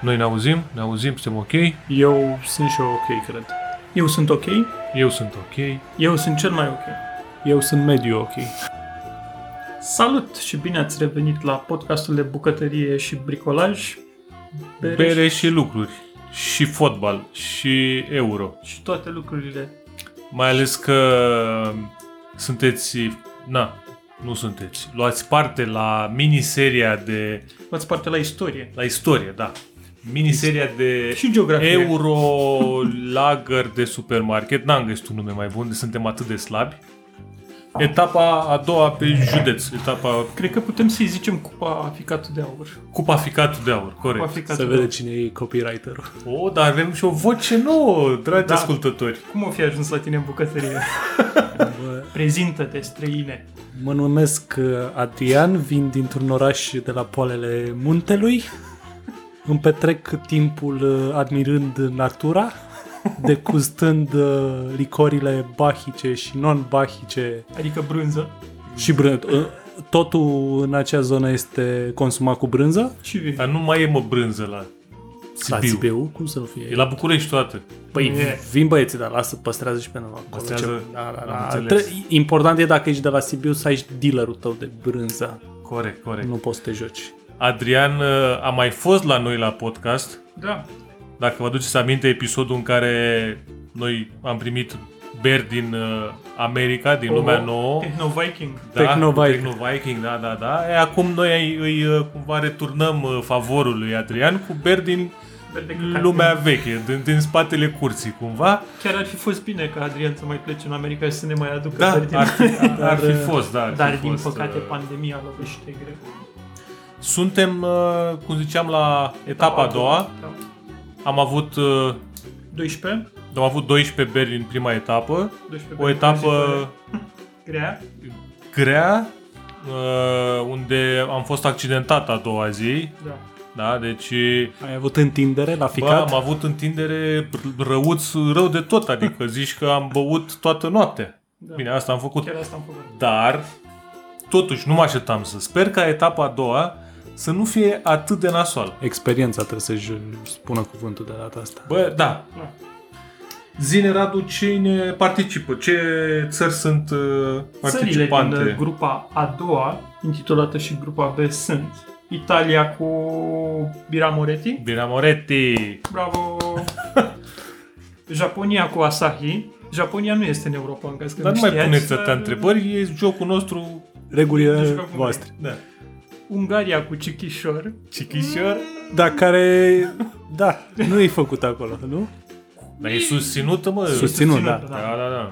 Noi ne auzim, ne auzim, suntem ok, Eu sunt și eu ok, cred. Eu sunt ok, eu sunt ok. eu sunt cel mai ok. Eu sunt mediu ok. Salut și bine ați revenit la podcastul de bucătărie și bricolaj. Bere, Bere și lucruri. Și fotbal. Și euro. și toate lucrurile. Mai ales că sunteți... Na, nu sunteți. Luați parte la miniseria de... Luați parte la istorie La istorie, da. Miniseria de... și geografie. Euro Lager de supermarket. N-am găsit un nume mai bun, suntem atât de slabi. Ah. Etapa a doua pe județ. Etapa Cred că putem să-i zicem cupa ficatul de aur. Cupa Ficatul de Aur, Cupa corect. ficatul Să de aur. vede cine e copywriterul. O, oh, dar avem și o voce nouă, dragi da. Da. ascultători. Cum o fi ajuns la tine în bucătărie? Bă, Prezintă-te, străine. Mă numesc uh, Adrian, vin dintr-un oraș de la poalele muntelui. Îmi petrec timpul uh, admirând natura, degustând uh, licorile bahice și non-bahice Adică brânză și brânză. Uh, Totul în acea zonă este consumat cu brânză. și vin. Dar nu mai e mă brânză la La Sibiu. Sibiu, cum să nu fie? E la București toată. Păi E. vin băieții, dar lasă, păstrează și pe noi acolo. Păstrează? Ce- Da, da, Am da. înțeles. Tre- important e dacă ești de la Sibiu să ai dealerul tău de brânză. Corect, corect. Nu poți să te joci. Adrian uh, a mai fost la noi la podcast. Da. Dacă vă aduceți aminte episodul în care noi am primit beri din uh, America, din lumea nouă. Techno-Viking. Da, Technoviking. Techno Viking, da, da, da. E, acum noi îi uh, cumva returnăm uh, favorul lui Adrian cu beri din Verde ca lumea veche, din, din spatele curții, cumva. Chiar ar fi fost bine ca Adrian să mai plece în America și să ne mai aducă Da, dar din, ar fi, ar, ar fi fost, da. Ar dar fi din fost, păcate uh, pandemia lovește greu. Suntem, uh, cum ziceam, la etapa a doua. Da. Am avut, uh, 12? am avut 12 beri în prima etapă. 12 O etapă grea. grea, uh, unde am fost accidentat a doua zi. Da. Da, deci uh, Ai avut întindere la Bă, ficat? am avut întindere r- răuț rău de tot, adică zici că am băut toată noaptea. da. Bine, asta am făcut. Chiar asta am făcut. Dar, totuși, nu mă așteptam să. Sper ca etapa a doua să nu fie atât de nasoală. Experiența trebuie să ju- spună cuvântul de data asta. Bă, da. Da. Zine, Radu, cine participă? Ce țări sunt uh, Țările din participante? uh, grupa a doua, intitulată și grupa B, sunt Italia cu Bira Moretti. Bira Moretti. Bravo! Japonia cu Asahi. Japonia nu este în Europa, în caz că Dar nu mai știați, puneți dar- atâtea întrebări, e jocul nostru. Regulile deci, acum- voastre. Da. Ungaria cu Cichișor. Cichișor. Dar care, da, nu e făcut acolo, nu? Dar e susținută, mă. Susțin- Ținut, da. Da, da, da.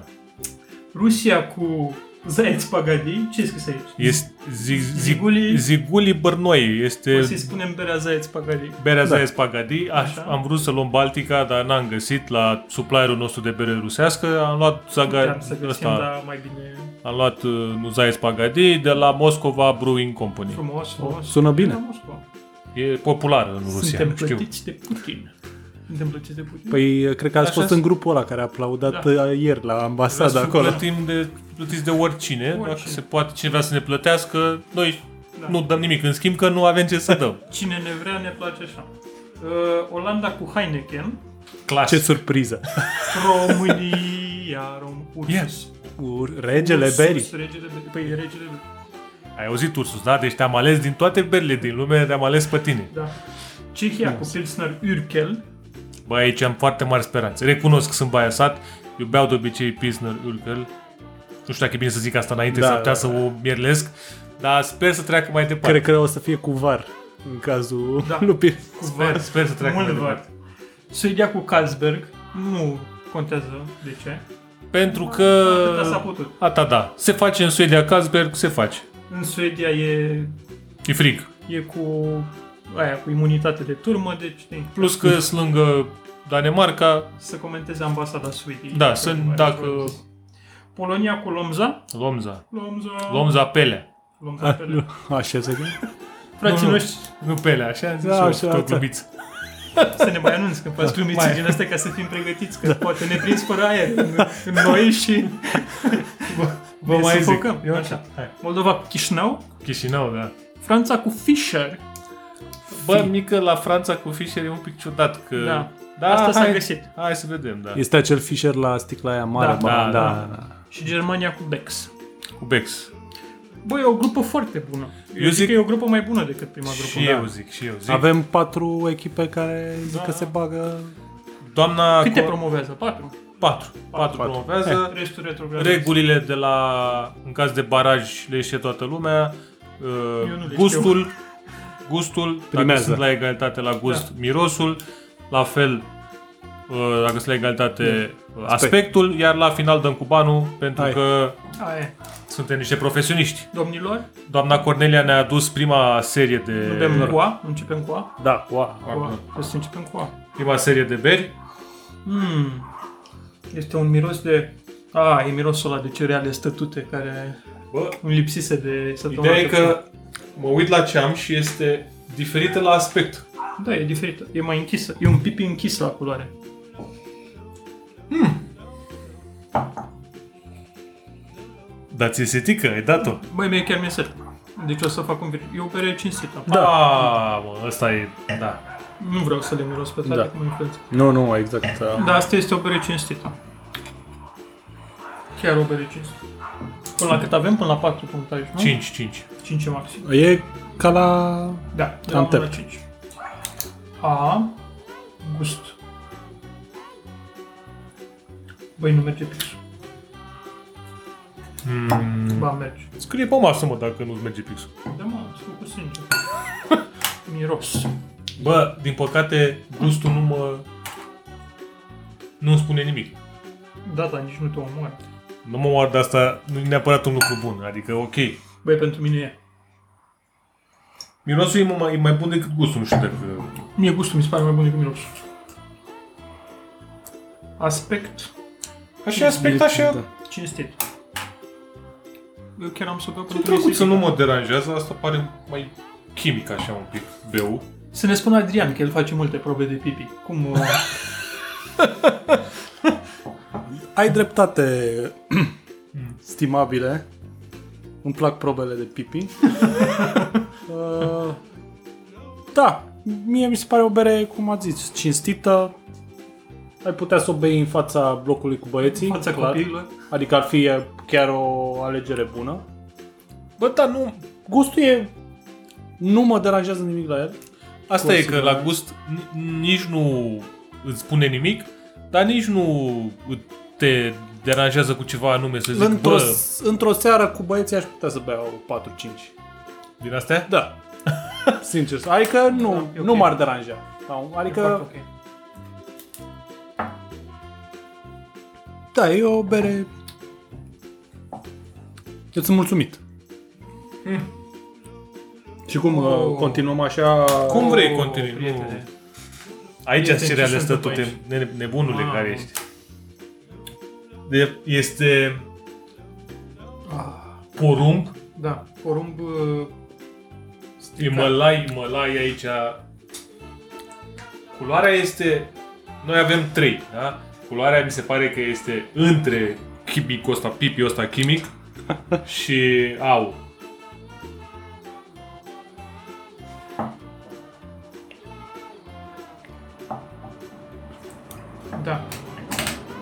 Rusia cu Zaeț Pagadi. Ce scris aici? Este zi, Ziguli- Ziguli, Ziguli Bărnoi. Este O să-i spunem berea Zaeț Pagadi. berea da. Zayas Pagadi. Aș, Așa. am vrut să luăm Baltica, dar n-am găsit la supplierul nostru de bere rusească. Am luat Zaga, Puteam să găsim, ăsta, dar mai bine am luat uh, nu Zayas Pagadi de la Moscova Brewing Company. frumos, frumos. sună bine. La Moscova. E populară în Rusia, Suntem nu știu. plătiți de Putin. Suntem plătiți de Putin? Păi, cred că ați Așa fost s- în grupul ăla care a aplaudat uh, Da. ieri la ambasada Vreau să acolo. Plătim Da, de, plătiți de oricine, Oricine. dacă se poate, cine vrea să ne plătească, noi Da. nu dăm nimic în schimb că nu avem ce să dăm. Cine ne vrea, ne place așa. Uh, Olanda cu Heineken. Clas. Ce surpriză! România, Rom... Ursus. Yes. Ur- Regele Beri. Ursus, regele Berii. Păi regele Berii. Ai auzit Ursus, da? Deci te-am ales din toate berile din lume, te-am ales pe tine. Da. Cehia cu Pilsner Urkel. Bă, aici am foarte mari speranțe. Recunosc că sunt biasat. Eu beau de obicei Pilsner Urkel. Nu știu dacă e bine să zic asta înainte, Da, da, să putea da, să o mierlesc. Dar sper să treacă mai departe. Cred că o să fie cu var în cazul Da. lui Pir. Sper, sper să treacă Mult mai var. departe. Suedia cu Carlsberg. Nu contează de ce. Pentru că... Atâta s-a putut. Ata da. Se face în Suedia, Carlsberg, se face. În Suedia e, E frig. e cu aia, cu imunitate de turmă, deci știi, Plus că slângă Danemarca, să comenteze ambasada Suediei. Da, sunt- Mai dacă- vorbesc. Polonia cu Lomza. Lomza. Lomza. Lomza Pelea. Lomza. A, pe nu, Așa se Frații Nu, nu. noștri, Nu Pelea, așa am zis Da, eu, așa, tot așa. glumiț. să ne mai anunț când faci glumiții din astea ca să fim pregătiți, Da. că poate ne prins fără aer în, în noi și Vă Ne mai zic. sufocăm. Eu așa. Hai. Moldova cu Chișinău. Chișinău, da. Franța cu Fischer. Bă, mică, la Franța cu Fisher e un pic ciudat că... Da. Asta s-a hai, găsit. Hai să vedem, da. Este acel Fisher la sticla aia mare. Da, bă, da, da, da. da. Și Germania cu Bex. Cu Bex. Băi, e o grupă foarte bună. Eu, Eu zic, zic- că e o grupă mai bună decât prima grupă. da. Și eu zic, și eu zic. da. Avem patru echipe care zic Da. că se bagă Doamna... Câte Cor- promovează? Patru. Patru. Patru Patru. promovează. Restul retrogradează. Regulile de la, în caz de baraj, le știe toată lumea. Uh, Eu nu le gustul, gustul, dacă Primează. sunt la egalitate la gust, Da. mirosul, la fel, uh, dacă sunt la egalitate, uh, aspectul, iar la final dăm cu banul, pentru Hai. că Aia. suntem niște profesioniști. Domnilor, Doamna Cornelia ne-a adus prima serie de bem cu A, începem cu A. Da, wow. Cu A. Trebuie să începem cu A. prima serie de beri. Mm. Este un miros de... A, e mirosul ăla de cereale stătute care Bă, îmi lipsise de săptămâna ideea e trecută. că mă uit la ce am și este diferită la aspect. Da, e diferită. E mai închisă. E un pipi închis la culoare. Dar ți se tică, ai dat-o. Băi, mie chiar mi-e set. Deci o să fac un... vir- E o pere cinstită. Da. A, mă, ăsta e, da. Nu vreau să le miros pe toate Da. cum influență. Nu, nu, exact. Dar asta este o bere cinstită. Chiar o bere cinstită. Până la cât avem? Până la 4 punctaj, nu? 5, 5. 5 maxim. E ca la... Da, de la Am 1 la tăpt. 5. A. Gust. Băi, nu merge pixul. Mm. Ba, merge. Scrie pe masă, mă, dacă nu-ți merge pixul. Da, mă, am făcut sincer. Miros. Bă, din păcate, gustul nu mă... nu îmi spune nimic. Da, dar nici nu te omoară. Nu mă omoară de asta, nu e neapărat un lucru bun, adică ok. Băi, pentru mine e. Mirosul e mai, e mai bun decât gustul, nu știu dacă... Mie gustul mi se pare mai bun decât mirosul. Aspect Așa aspect, Da. așa... cinstit. Eu chiar am să beau Nu pentru trebuie să mirosul. nu mă deranjează, asta pare mai chimic așa un pic, beu. Să ne spună Adrian că el face multe probe de pipi. Cum... uh, Ai dreptate, stimabile. Îmi plac probele de pipi. Uh, da, mie mi se pare o bere, cum ați zis, cinstită. Ai putea să o bei în fața blocului cu băieții. În fața clar. copiilor. Adică ar fi uh, chiar o alegere bună. Bă, da, nu... Gustul e... Nu mă deranjează nimic la el. Asta e că Posibil. la gust n- nici nu îți spune nimic, dar nici nu te deranjează cu ceva anume, să zic, Într-o, bă, într-o seară cu băieții aș putea să beau 4-5. din astea? Da. Sincer. Adică nu, Da, e ok. nu m-ar deranja. Sau, Adică, Foarte ok. da, e o bere... Eu sunt mulțumit. Și cum Hm. uh, Oh. continuăm așa... Cum vrei, O, continui, prietene. Aici Prieteni, sunt cereale ce se întâmplă stătute, ne- nebunule Mamă. care ești. De, este Ah, porumb, Da, porumb... uh, mălai, mălai aici. Culoarea este... Noi avem trei, da? Culoarea mi se pare că este între chimicul ăsta, pipiul ăsta chimic și au. Da.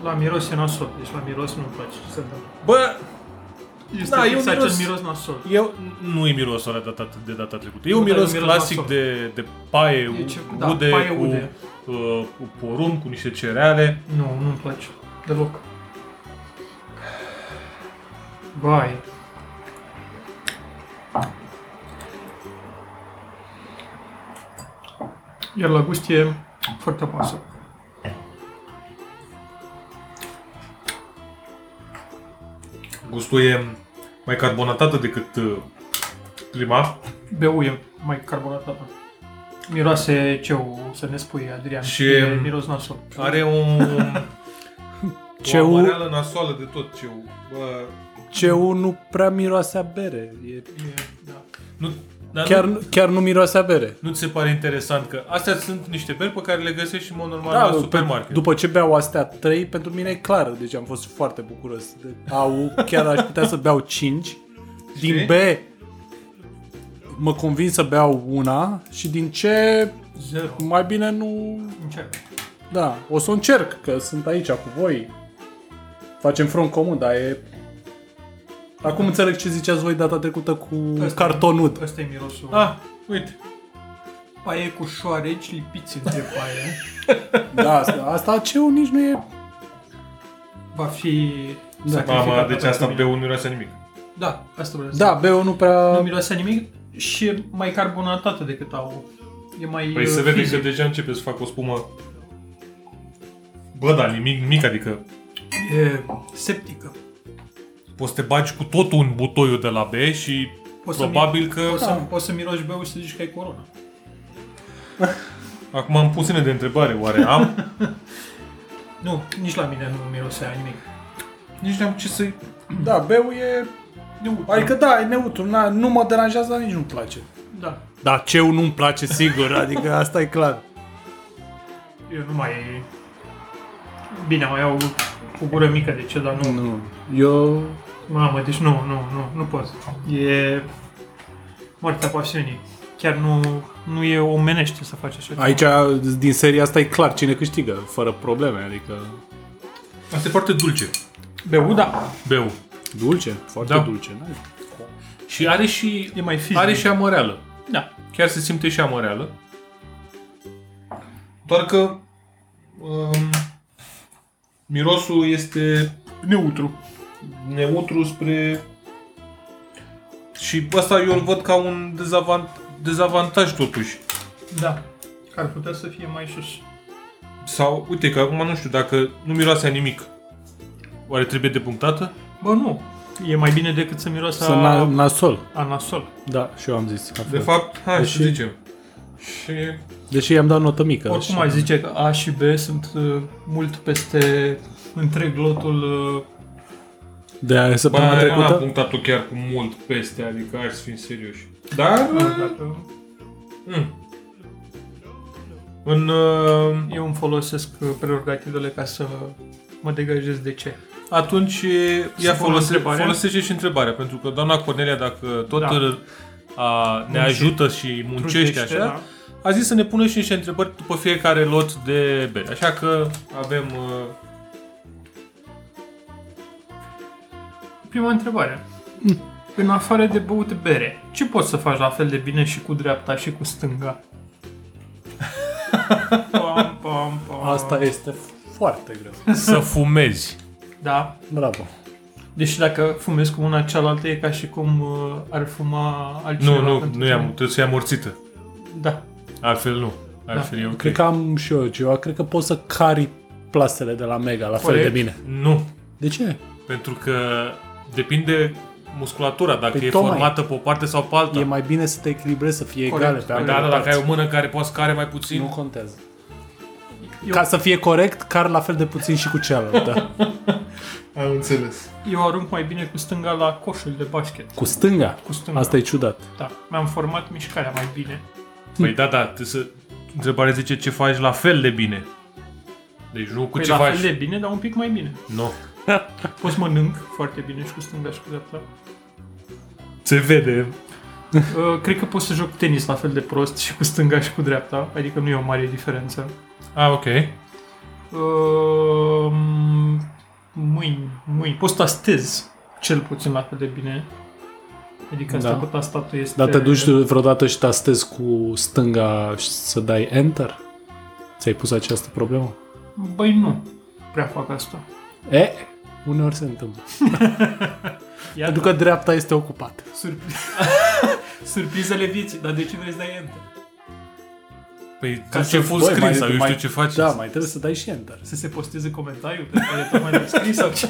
La miros e nasol, deci la miros nu-mi place ce se întâmplă. Bă, Este Da, da, e fix un acel miros- miros nasol. eu nu e mirosul ăla de data, de data trecută. E Nu, un dar e miros, un miros clasic nasol. de, de paie, E ce- da, ude, paie cu, ude. Uh, cu porumb, cu niște cereale. Nu, nu-mi place. Deloc. Vai. Iar la gust e foarte apasă. Gustul e mai carbonatată decât uh, prima Beu e mai carbonatată. Miroase ce o să ne spui, Adrian. Și- E miros nasol. Are un... Ce o u- amareală nasoală de tot. Ce, bă, CU nu prea miroase a bere. E... E, da. nu, dar Chiar, nu, nu- chiar nu miroase a bere. nu ți se pare interesant că astea sunt niște beri pe care le găsești în mod normal Da, la pe- supermarket. După ce beau astea 3, pentru mine e clar. Deci am fost foarte bucuros. De au, chiar aș putea să beau 5. Din Știi? B, mă convins să beau una și din ce Zero. mai bine nu... Încerc. Da, o să o încerc, că sunt aici cu voi. Facem front comun, dar e... Acum înțeleg ce ziceați voi data trecută cu Asta e. cartonud. Ăsta e mirosul. Ah. Ah, uite. Paie cu șoareci lipiți între paie. Da, asta, asta ce nici nu e... Va fi Da. sacrificat Mama, deci pentru asta mine. pe nu miroase nimic. Da, asta vreau să Da, beu nu Nu prea... miroase nimic și e mai carbonatată decât au. E mai Păi uh, se vede că fizic. deja începe să facă o spumă. Bă, da, nimic, mic, adică E septică. poți să te bagi cu totul în butoiul de la B și Poți să probabil că... Poți, Ah. să, poți să miroși beu și să zici că ai corona. Acum am pus semne de întrebare, oare am? Nu, nici la mine nu mirosea nimic. Nici n-am ce să-i... Da, beu e... Nu, Adică da, e neutru, na, nu mă deranjează, dar nici nu-mi place. da. Da, ceu nu-mi place, sigur, adică asta e clar. Eu nu mai... Bine, mai au cu gură mică de ce, dar nu. Nu, eu... Mamă, deci nu, nu, nu, nu pot. E moartea pasiunii. Chiar nu, nu e omenește să faci așa ceva. Aici, din seria asta, e clar cine câștigă, fără probleme, adică... Asta e foarte dulce, Beu, da. beu. Dulce, foarte Da. dulce, n Și are și... E mai fizic. Are și amăreală. Da. Chiar se simte și amăreală. Doar că... Um, mirosul este Neutru. neutru spre... Și asta eu îl văd ca un dezavant- dezavantaj totuși. Da. Ar putea să fie mai sus. Sau, uite că acum nu știu dacă nu miroase a nimic. Oare trebuie depunctată? Bă, nu. E mai bine decât să miroasă Să a... na- nasol. anasol. Da, și eu am zis. la Da. De fel. fapt, hai să Deși- zicem. Și Deși i-am dat notă mică. Oricum și- aș zice că A și B sunt uh, mult peste întreg lotul uh, De aia săptămâna Ba, nu am trecută. punctat-o chiar cu mult peste, adică hai să fim serioși. Dar... dacă Mm. În... uh, eu îmi folosesc uh, prerogativele ca să mă degajez de ce. Atunci ea pun folose, întrebarea? folosește și întrebarea, pentru că doamna Cornelia, dacă tot Da. da. a, ne Munci- ajută și muncește Trudește, așa, da. a zis să ne pună și niște întrebări după fiecare lot de beri. Așa că avem... uh, Prima întrebare. Mm. În afară de băut bere, ce poți să faci la fel de bine și cu dreapta și cu stânga? pam, pam, pam. Asta este foarte greu. Să fumezi. Da. Bravo. Deci dacă fumezi cu una cealaltă e ca și cum uh, ar fuma altcineva Nu, nu, pentru nu tine. i-am, trebuie să i-am morțită. Da. Altfel nu. Altfel e ok. Cred că am și eu ceva. Cred că pot să cari plasele de la Mega la fel Corect. de bine. Nu. De ce? Pentru că depinde musculatura, dacă Păi e tocmai. formată pe o parte sau pe alta. E mai bine să te echilibrezi, să fie Corect. egale pe Da. Păi ambele da, da, dacă părți. ai o mână care poate să care mai puțin, Nu contează. Eu- Ca să fie corect, car la fel de puțin și cu da. cealaltă. am înțeles. Eu arunc mai bine cu stânga la coșul de basket. Cu stânga. Cu stânga. Asta e ciudat. Da. Mi-am format mișcarea mai bine. Păi da, da, trebuie să... Întrebarea zice ce faci la fel de bine. Deci nu cu Păi ce la faci. fel de bine, dar un pic mai bine. Nu. Poți să mănânc foarte bine și cu stânga și cu dreapta. Se vede. Uh, cred că pot să joc tenis la fel de prost și cu stânga și cu dreapta, adică nu e o mare diferență. Ah, ok. Uh, mâini, mâini. Pot să tastez cel puțin la fel de bine. Adică asta Da. da. cu tastatul este... Dar te duci vreodată și tastezi cu stânga și să dai Enter? Ți-ai pus această problemă? Băi, nu prea fac asta. E, uneori se întâmplă. Iată, Pentru că dreapta este ocupată. surpri- surprizele vieții. Dar de ce vrei să dai enter? Păi Ca Ca ce să- full Băi, screen mai- sau eu mai- știu ce faci. Da, mai trebuie să dai și Enter. Să se posteze comentariul pe care tocmai l-ai scris sau ce?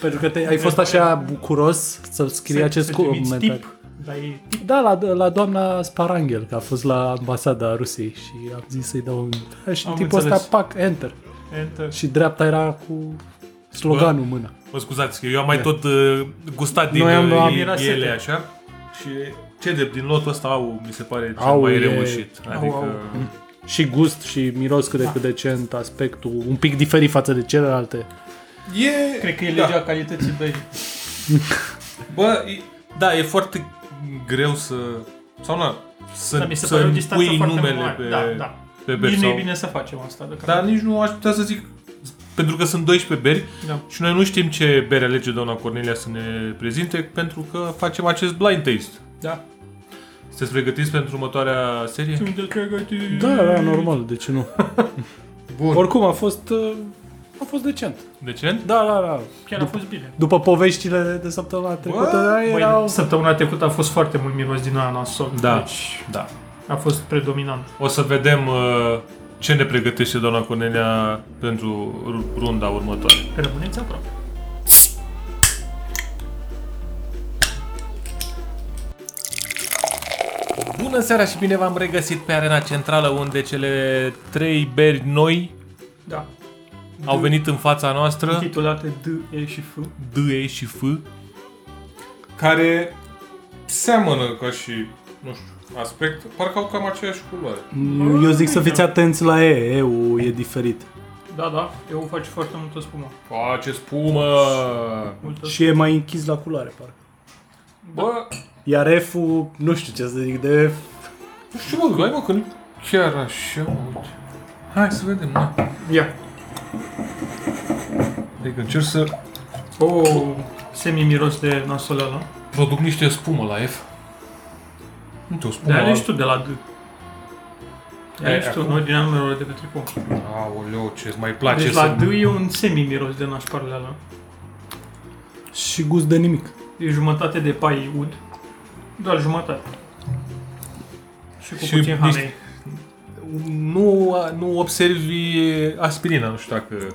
Pentru că te, ai fost așa bucuros să scrii acest Să- să trimiți comentariu. tip. Dai Da, la, la doamna Sparanghel, că a fost la ambasada Rusiei și am zis să-i dau un... Ha, Și Am tipul ăsta, înțeles. pac, enter. enter. Și dreapta era cu sloganul în mână. Mă scuzați, că eu am mai tot uh, gustat din Noi am- uh, am- ele Era sete. așa. Și ce drept, din lotul ăsta au, mi se pare, cel Au, mai e- reușit. au, Adică, au. Și gust și miros cât de cât decent, aspectul un pic diferit față de celelalte. E... Cred că e da. legea calității berii. Bă, e, da, e foarte greu să Sau na, să, Dar Da, mi se să pare o îmi distanță pui foarte numele mare. pe, Da, da. pe beri. Bine, sau... e bine să facem asta. Dar deocamdată. nici nu aș putea să zic, pentru că sunt 12 beri Da. și noi nu știm ce bere alege doamna Cornelia să ne prezinte pentru că facem acest blind taste. Da. Sunteți pregătiți pentru următoarea serie? Suntem pregătiți. Da, da, normal, de ce nu? Bun. Oricum, a fost, uh, a fost decent. Decent? Da, da, da. Chiar a fost bine. După poveștile de săptămâna trecută, da, Băi, erau... săptămâna trecută a fost foarte mult miros din aia nasol. Da. Deci Da. a fost predominant. O să vedem uh, ce ne pregătește doamna Cornelia pentru ru- runda următoare. Rămâneți aproape. Bună seara și bine v-am regăsit pe arena centrală unde cele trei beri noi Da. au venit în fața noastră. Titulate D, E și F. D, E și F, care seamănă ca și, nu știu, aspect, parcă au cam aceeași culoare. Mm, Eu zic să fiți atenți la E, EU e diferit. Da, da. Eu fac foarte multă spumă. A, ce spumă! Multă Și e mai închis la culoare, parcă. Bă, Iar F-ul, nu știu ce să zic de F. nu știu mă, hai mă, că nu chiar așa, mă, uite. Hai să vedem, na. Ia. Adică încerc să O semi-miros de nasolă ăla. produc niște spumă la F. Uite, o spumă De-aia la... ești tu de la D. De-aia Ei, ești tu, acum- nu din numerul de pe tricou. Aoleu, ce mai place Deci să... la D e un semi-miros de nașparele ăla. Și gust de nimic. E jumătate de pai ud. Doar jumătate. Și cu Și puțin niște- hamei. Nu, nu observi aspirina, nu știu dacă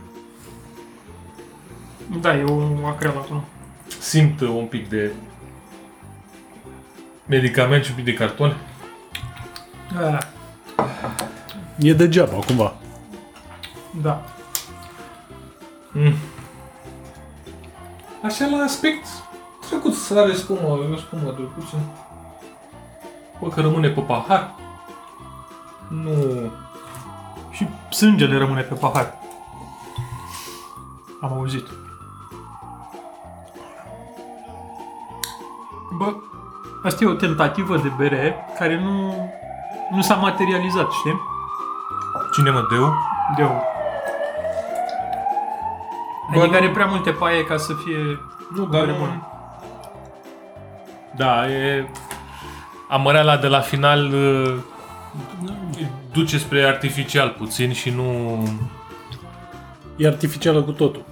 Da, e o acrel acolo. simt un pic de medicament și un pic de carton. Da. E degeaba, cumva. da. Așa la aspect trecut să are spumă, eu spumă de puțin. Bă, că rămâne pe pahar. Nu. Și sângele rămâne pe pahar. Am auzit. Bă, asta e o tentativă de bere care nu, nu s-a materializat, știi? Cine mă deu? De o. Bă, nu- Adică are prea multe paie ca să fie Nu, dar nu- Da, e... Amăreala de la final uh, duce spre artificial puțin și nu... E artificială cu totul.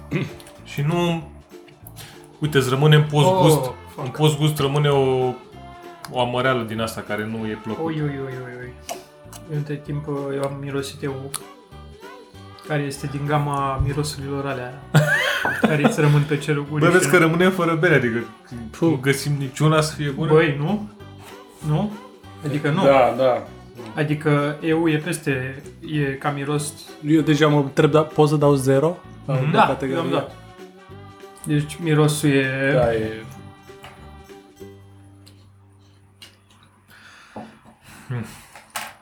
Și nu... Uite, îți rămâne în post-gust. Oh, în post-gust rămâne o, o amăreală din asta care nu e plăcută. Oi, oi, oi, oi, oi. Între timp uh, eu am mirosit eu care este din gama mirosurilor alea care îți rămân pe cerul gurii. Bă, vezi și că nu- rămânem fără bere, adică nu Puh. găsim niciuna să fie bună. Băi, nu? Nu? Adică nu. Da, da. Adică EU e peste, e ca miros. Eu deja mă întreb, da, pot să dau 0? Da, eu am dat. Deci mirosul e... Da, e...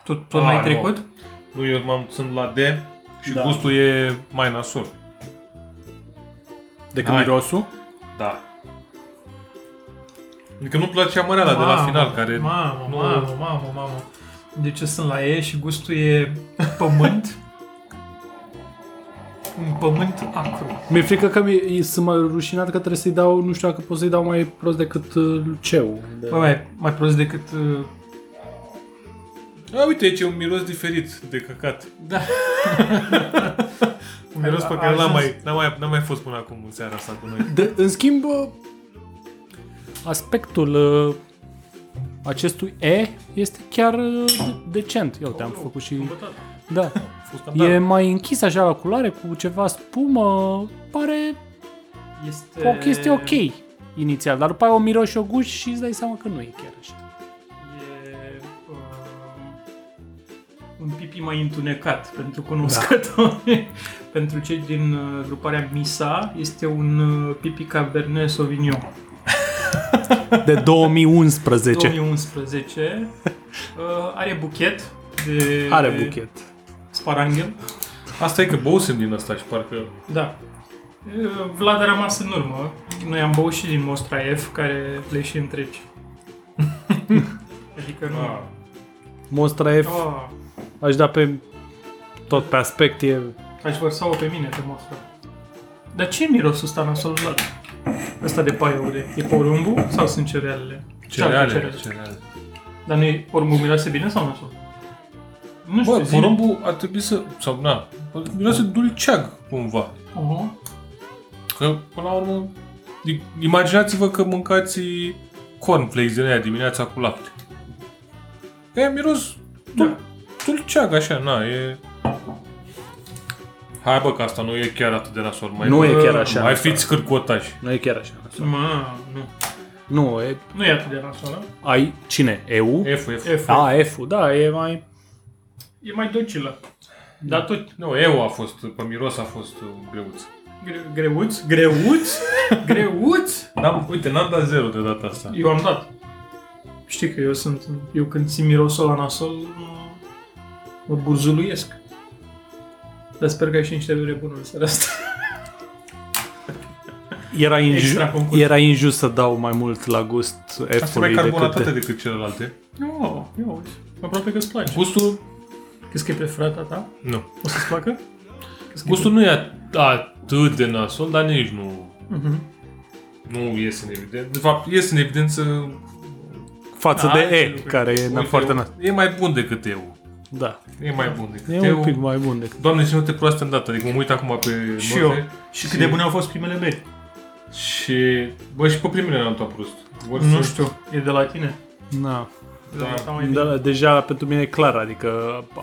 Tot, tot Ah, mai nu. trecut? Nu, eu m-am sunt la D și Da. gustul e mai nasol. Decât Hai. mirosul? Da. Adică nu-mi place amăreala de la final, care... Mamă, nu- mamă, mamă, mamă. Deci eu sunt la E și gustul e pământ. Un pământ acru. Mi-e frică că mi sunt mai rușinat că trebuie să-i dau, nu știu dacă pot să-i dau mai prost decât uh, Luceu. De... Bă, mai, mai prost decât... uh, A, uite, aici e un miros diferit de căcat. Da. Un miros pe A- a care n-am ajuns. mai, n-am mai, n-am mai fost până acum în seara asta cu noi. De, în schimb, uh, aspectul uh, acestui E este chiar uh, de- decent. Eu te-am făcut și... Da. A fost cam E tare. mai închis așa la culoare, cu ceva spumă, pare Este... o chestie ok inițial, dar după aia o miroși o guși și îți dai seama că nu e chiar așa. E uh, um, un pipi mai întunecat pentru cunoscători. Da. pentru cei din uh, gruparea Misa, este un uh, pipi Cabernet Sauvignon. De 2011. 2011. Uh, are buchet de Are buchet. sparanghel. Asta e că băusem din asta și parcă... Da. Uh, Vlad a rămas în urmă. Noi am băut și din Mostra F, care le și întregi. Adică nu... Ah. Monstra F, Ah, aș da pe tot pe aspect, e aș vărsa-o pe mine, te mostră. Dar ce mirosul ăsta în absolut? Ăsta de paiure. E porumbul sau sunt cerealele? Cereale, cereale. cereale. Dar nu e porumbul miroase bine sau nu? Nu știu, Bă, zi. porumbul ar trebui să... sau na, miroase dulceag cumva. Uh-huh. Că, până la urmă, i- imaginați-vă că mâncați cornflakes din aia dimineața cu lapte. Că e miros dul- Da. dulceag, așa, na, e... Hai bă, că asta nu e chiar atât de nasol. Mai, Nu e chiar așa Mai nasol. fiți cârcotași. nu e chiar așa. Mă, Ah, nu. Nu, e, Nu e atât de nasoală. ai cine? EU? F, F. F. A, F-ul, da, e mai... E mai docilă. Dar tot Nu, eu a fost, pe miros a fost uh, greuț. gre- greuț, greuț, greuț. N-am, uite, n-am dat zero de data asta. Eu am dat. Știi că eu sunt, eu când simt mirosul la nasol, mă- mă burzuluiesc. Dar sper că ai și niște bere bună în seara asta. Era, Extra inju- concurs. era injust să dau mai mult la gust Asta e mai F-ului decât carbonatate de... decât celelalte. Nu, eu Oh, uite. Aproape că-ți place. Gustul? Crezi că e preferata ta? Nu. O să-ți placă? Crezi că e- Gustul nu e atât de nasol, dar nici nu Mhm. nu iese în evidență. De fapt, iese în evidență... Față Da, de alte Ah, E, lucruri. care e na, Uite, foarte na. E mai bun decât eu. Da, E mai bun decât e eu. un pic mai bun decât... Doamne, și nu te proaste îndată. Adică mă uit acum pe Și note eu. Și cât de Și- bune au fost primele beri? Și... Bă, și pe primele n-am tot prost. Vor să- Nu știu. E de la tine? Da. De la Da. ta mai bine. da, deja pentru mine e clar, adică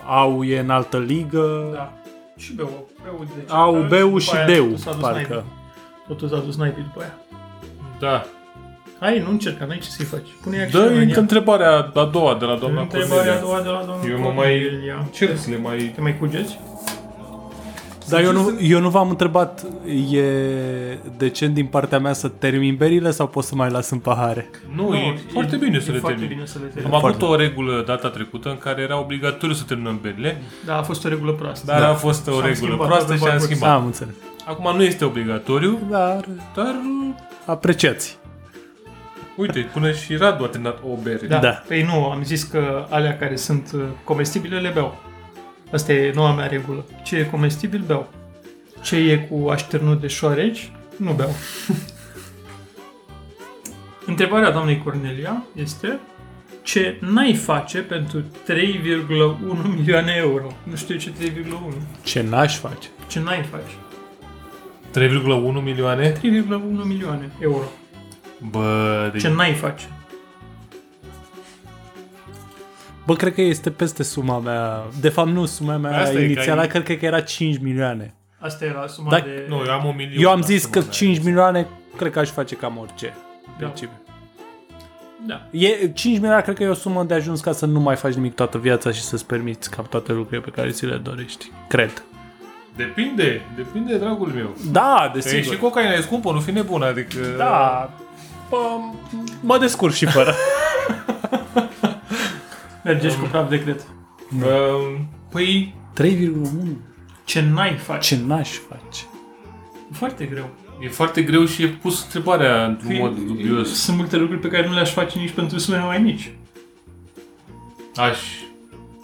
AU e în altă ligă, Da. Și beu, beu de ce? AU, B-ul și D-ul, parcă. parcă. Totul s-a dus naibii după aia. Da. Hai, nu încerca, n-ai ce să-i faci. Pune Da, acțiune e în încă ea. întrebarea a doua de la doamna Întrebarea a Cornelia. doua de la domnul Eu mă Cornelia. mai cer să le mai... Te mai cugeți? Dar eu nu, eu nu v-am întrebat, e decent din partea mea să termin berile sau pot să mai las în pahare? Nu, e foarte bine să le foarte termin. bine să le Am termin. avut o regulă data trecută în care era obligatoriu să terminăm berile, Da, a fost o regulă proastă. dar a fost o Și-am regulă schimbat proastă pe și am parcurs. Da, schimbat. am înțeles. Acum nu este obligatoriu, Dar dar uh, apreciați. uite, până și Radu a terminat o bere. Da. Da. Păi nu, am zis că alea care sunt uh, comestibile le beau. Asta e noua mea regulă. Ce e comestibil, beau. Ce e cu așternut de șoareci, nu beau. Întrebarea doamnei Cornelia este ce n-ai face pentru 3,1 milioane euro? Nu știu ce 3,1. Ce n-aș face? Ce n-ai face? 3,1 milioane? 3,1 milioane euro. Bă, deci Ce n-ai face? Bă, cred că este peste suma mea. De fapt, nu, suma mea Asta e, Asta că inițială, ai- cred, cred că era 5 milioane. Asta era suma Dar- de... Nu, eu am un milion. Eu am zis acum, că da. 5 milioane, cred că aș face cam orice. Da. Da. Da. E, 5 milioane cred că e o sumă de ajuns ca să nu mai faci nimic toată viața și să-ți permiți cam toate lucrurile pe care ți le dorești. Cred. Depinde, depinde, dragul meu. Da, Că E desigur. Păi și cocaina e scumpă, nu fi nebun, adică... Da. Bă, mă descurc și fără. Mergești cu praf de cret. Um, păi, 3,1. Ce n-ai face? Ce n-aș face? Foarte greu. e foarte greu și e pus întrebarea într-un mod dubios. Păi, Sunt multe lucruri pe care nu le-aș face nici pentru sume mai mici. Aș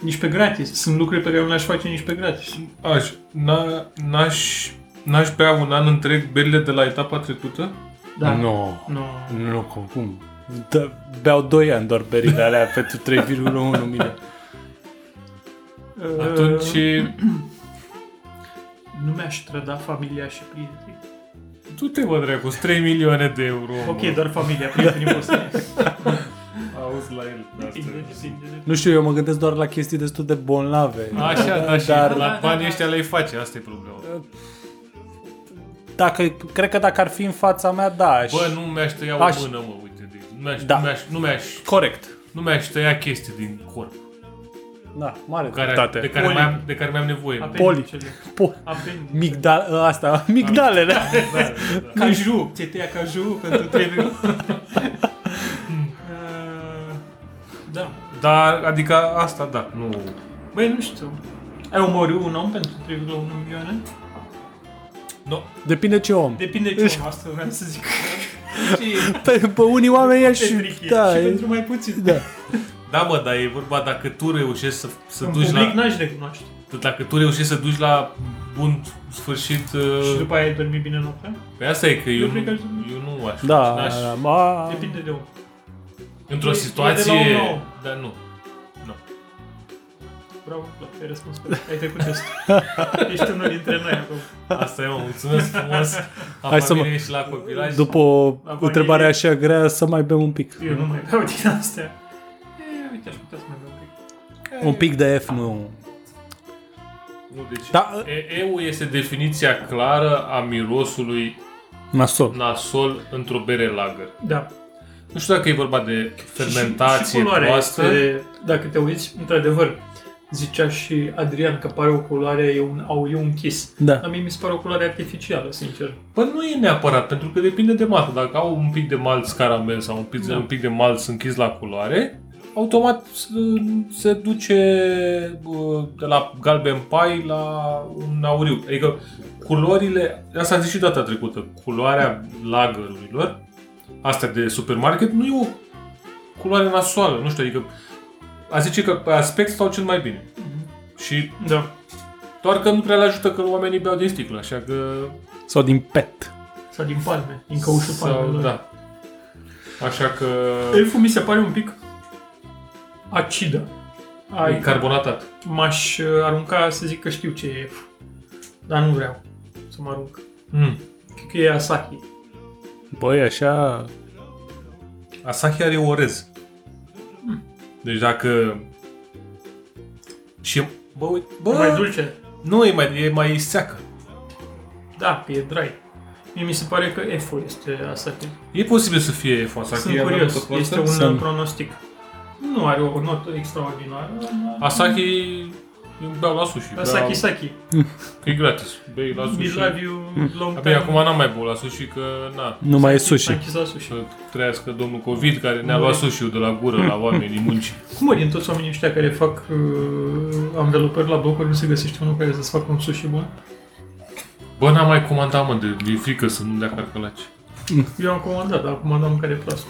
Nici pe gratis. Sunt lucruri pe care nu le-aș face nici pe gratis. Aș, n-a, n-aș, n-aș bea un an întreg berile de la etapa trecută? Da. Nu. Nu. Nu, cum? cum? Da, beau 2 ani doar berile alea pentru 3,1 milioane. Atunci, Nu mi-aș trăda familia și prietenii. tu te mă dracu, 3 milioane de euro. Ok, da. mă. doar familia, prietenii poți să Auzi la el. de Depinde, Exact. asta. depinde, depinde. Nu știu, eu mă gândesc doar la chestii destul de bolnave. Așa, da, și Dar- la banii ăștia le-ai face, asta e problema. Dacă, cred că dacă ar fi în fața mea, da. Aș... Bă, nu mi-aș tăia o Aș- mână, mă, uite. deci Nu mi-aș, Da. nu, mi-aș, nu, mi-aș, Corect. nu mi-aș tăia chestii din corp Da, mare care, dreptate. de, care Poli. mai am, de care mi-am nevoie. mă. Apendicele. Po- Apendicele. migdal, ă, asta, migdalele. Da, da, da. Caju. Ți-ai tăiat caju pentru 3 Da. Dar, adică asta, da, nu... Băi, nu știu. Ai omorât un om pentru 3,1 milioane? nu. Depinde ce om. Depinde Deci- ce om, asta vreau să zic. Și Pe, pe unii oameni e și... Petrichie. Da, și e, pentru mai puțin. da. Da, mă, dar e vorba dacă tu reușești să, să În duci public la... n-aș recunoaște. Dacă tu reușești să duci la bun sfârșit... Și Uh, după aia ai dormit bine noaptea? pe asta e că eu, Eu nu, cred că aș- eu nu aș... Da, n-aș- ma... Depinde de om. Într-o e- e de la situație... un la unul. Dar nu. Bravo, da, ai răspuns. Ai trecut testul. Ești unul dintre noi acum. Asta e, mă, mulțumesc frumos. Hai Hai să să mă- și la copilaj. După o La familie. întrebare așa grea, să mai bem un pic. Eu nu mai beau din astea. E, uite, aș putea să mai beau un pic. Un pic de F nu... Nu, deci... Da, E- EU este definiția clară a mirosului Da. nasol. nasol într-o bere lager. Da. Nu știu dacă e vorba de și, fermentație și culoarea proastă. este, dacă te uiți, într-adevăr, zicea și Adrian că pare o culoare, e un auliu închis. Da. Dar mie mi se pare o culoare artificială, sincer. Bă, Păi nu e neapărat, pentru că depinde de maltă. Dacă au un pic de malț caramel sau un pic, un pic de malț închis la culoare, automat s- se duce bă, de la galben pai la un auriu. Adică culorile, asta am zis și data trecută, culoarea lagărurilor, astea de supermarket, nu e o culoare nasoală, nu știu, adică a zice că pe aspect stau cel mai bine. Și Da. doar că nu prea le ajută că oamenii beau din sticlă, așa că Sau din pet. Sau din palme, din căușul sau- palmelor. Da. Așa că Elful mi se pare un pic acidă. e Ai, carbonatat. m-aș uh, arunca să zic că știu ce e elful. Dar nu vreau să mă arunc. Mm. Cred că e Asahi. Băi, așa... Asahi are orez. Deci dacă... Și... Bă, uite, bă, E mai dulce. nu, e mai, e mai seacă. Da, că e dry. Mie mi se pare că F-ul este Asahi. E posibil să fie F1 Asahi. Sunt avea curios. toată Este asta? un Sunt. pronostic. Nu are o notă extraordinară. Asahi... Eu beau la sushi. dar- Beau, Saki Saki. Că e gratis. Bei la We Da. sushi. love you long Abia time. acum n-am mai băut la sushi că... Na. Nu mai e S-a sushi. închis la sushi. Să trăiască domnul COVID care ne-a luat sushi de la gură la oamenii muncii. Cum mă, din toți oamenii ăștia care fac uh, anvelopări la blocuri, nu se găsește unul care să-ți facă un sushi bun? Bă, n-am mai comandat, mă, de, mi-e frică să nu dea carcălaci. Eu am comandat, dar acum am mâncare proastă.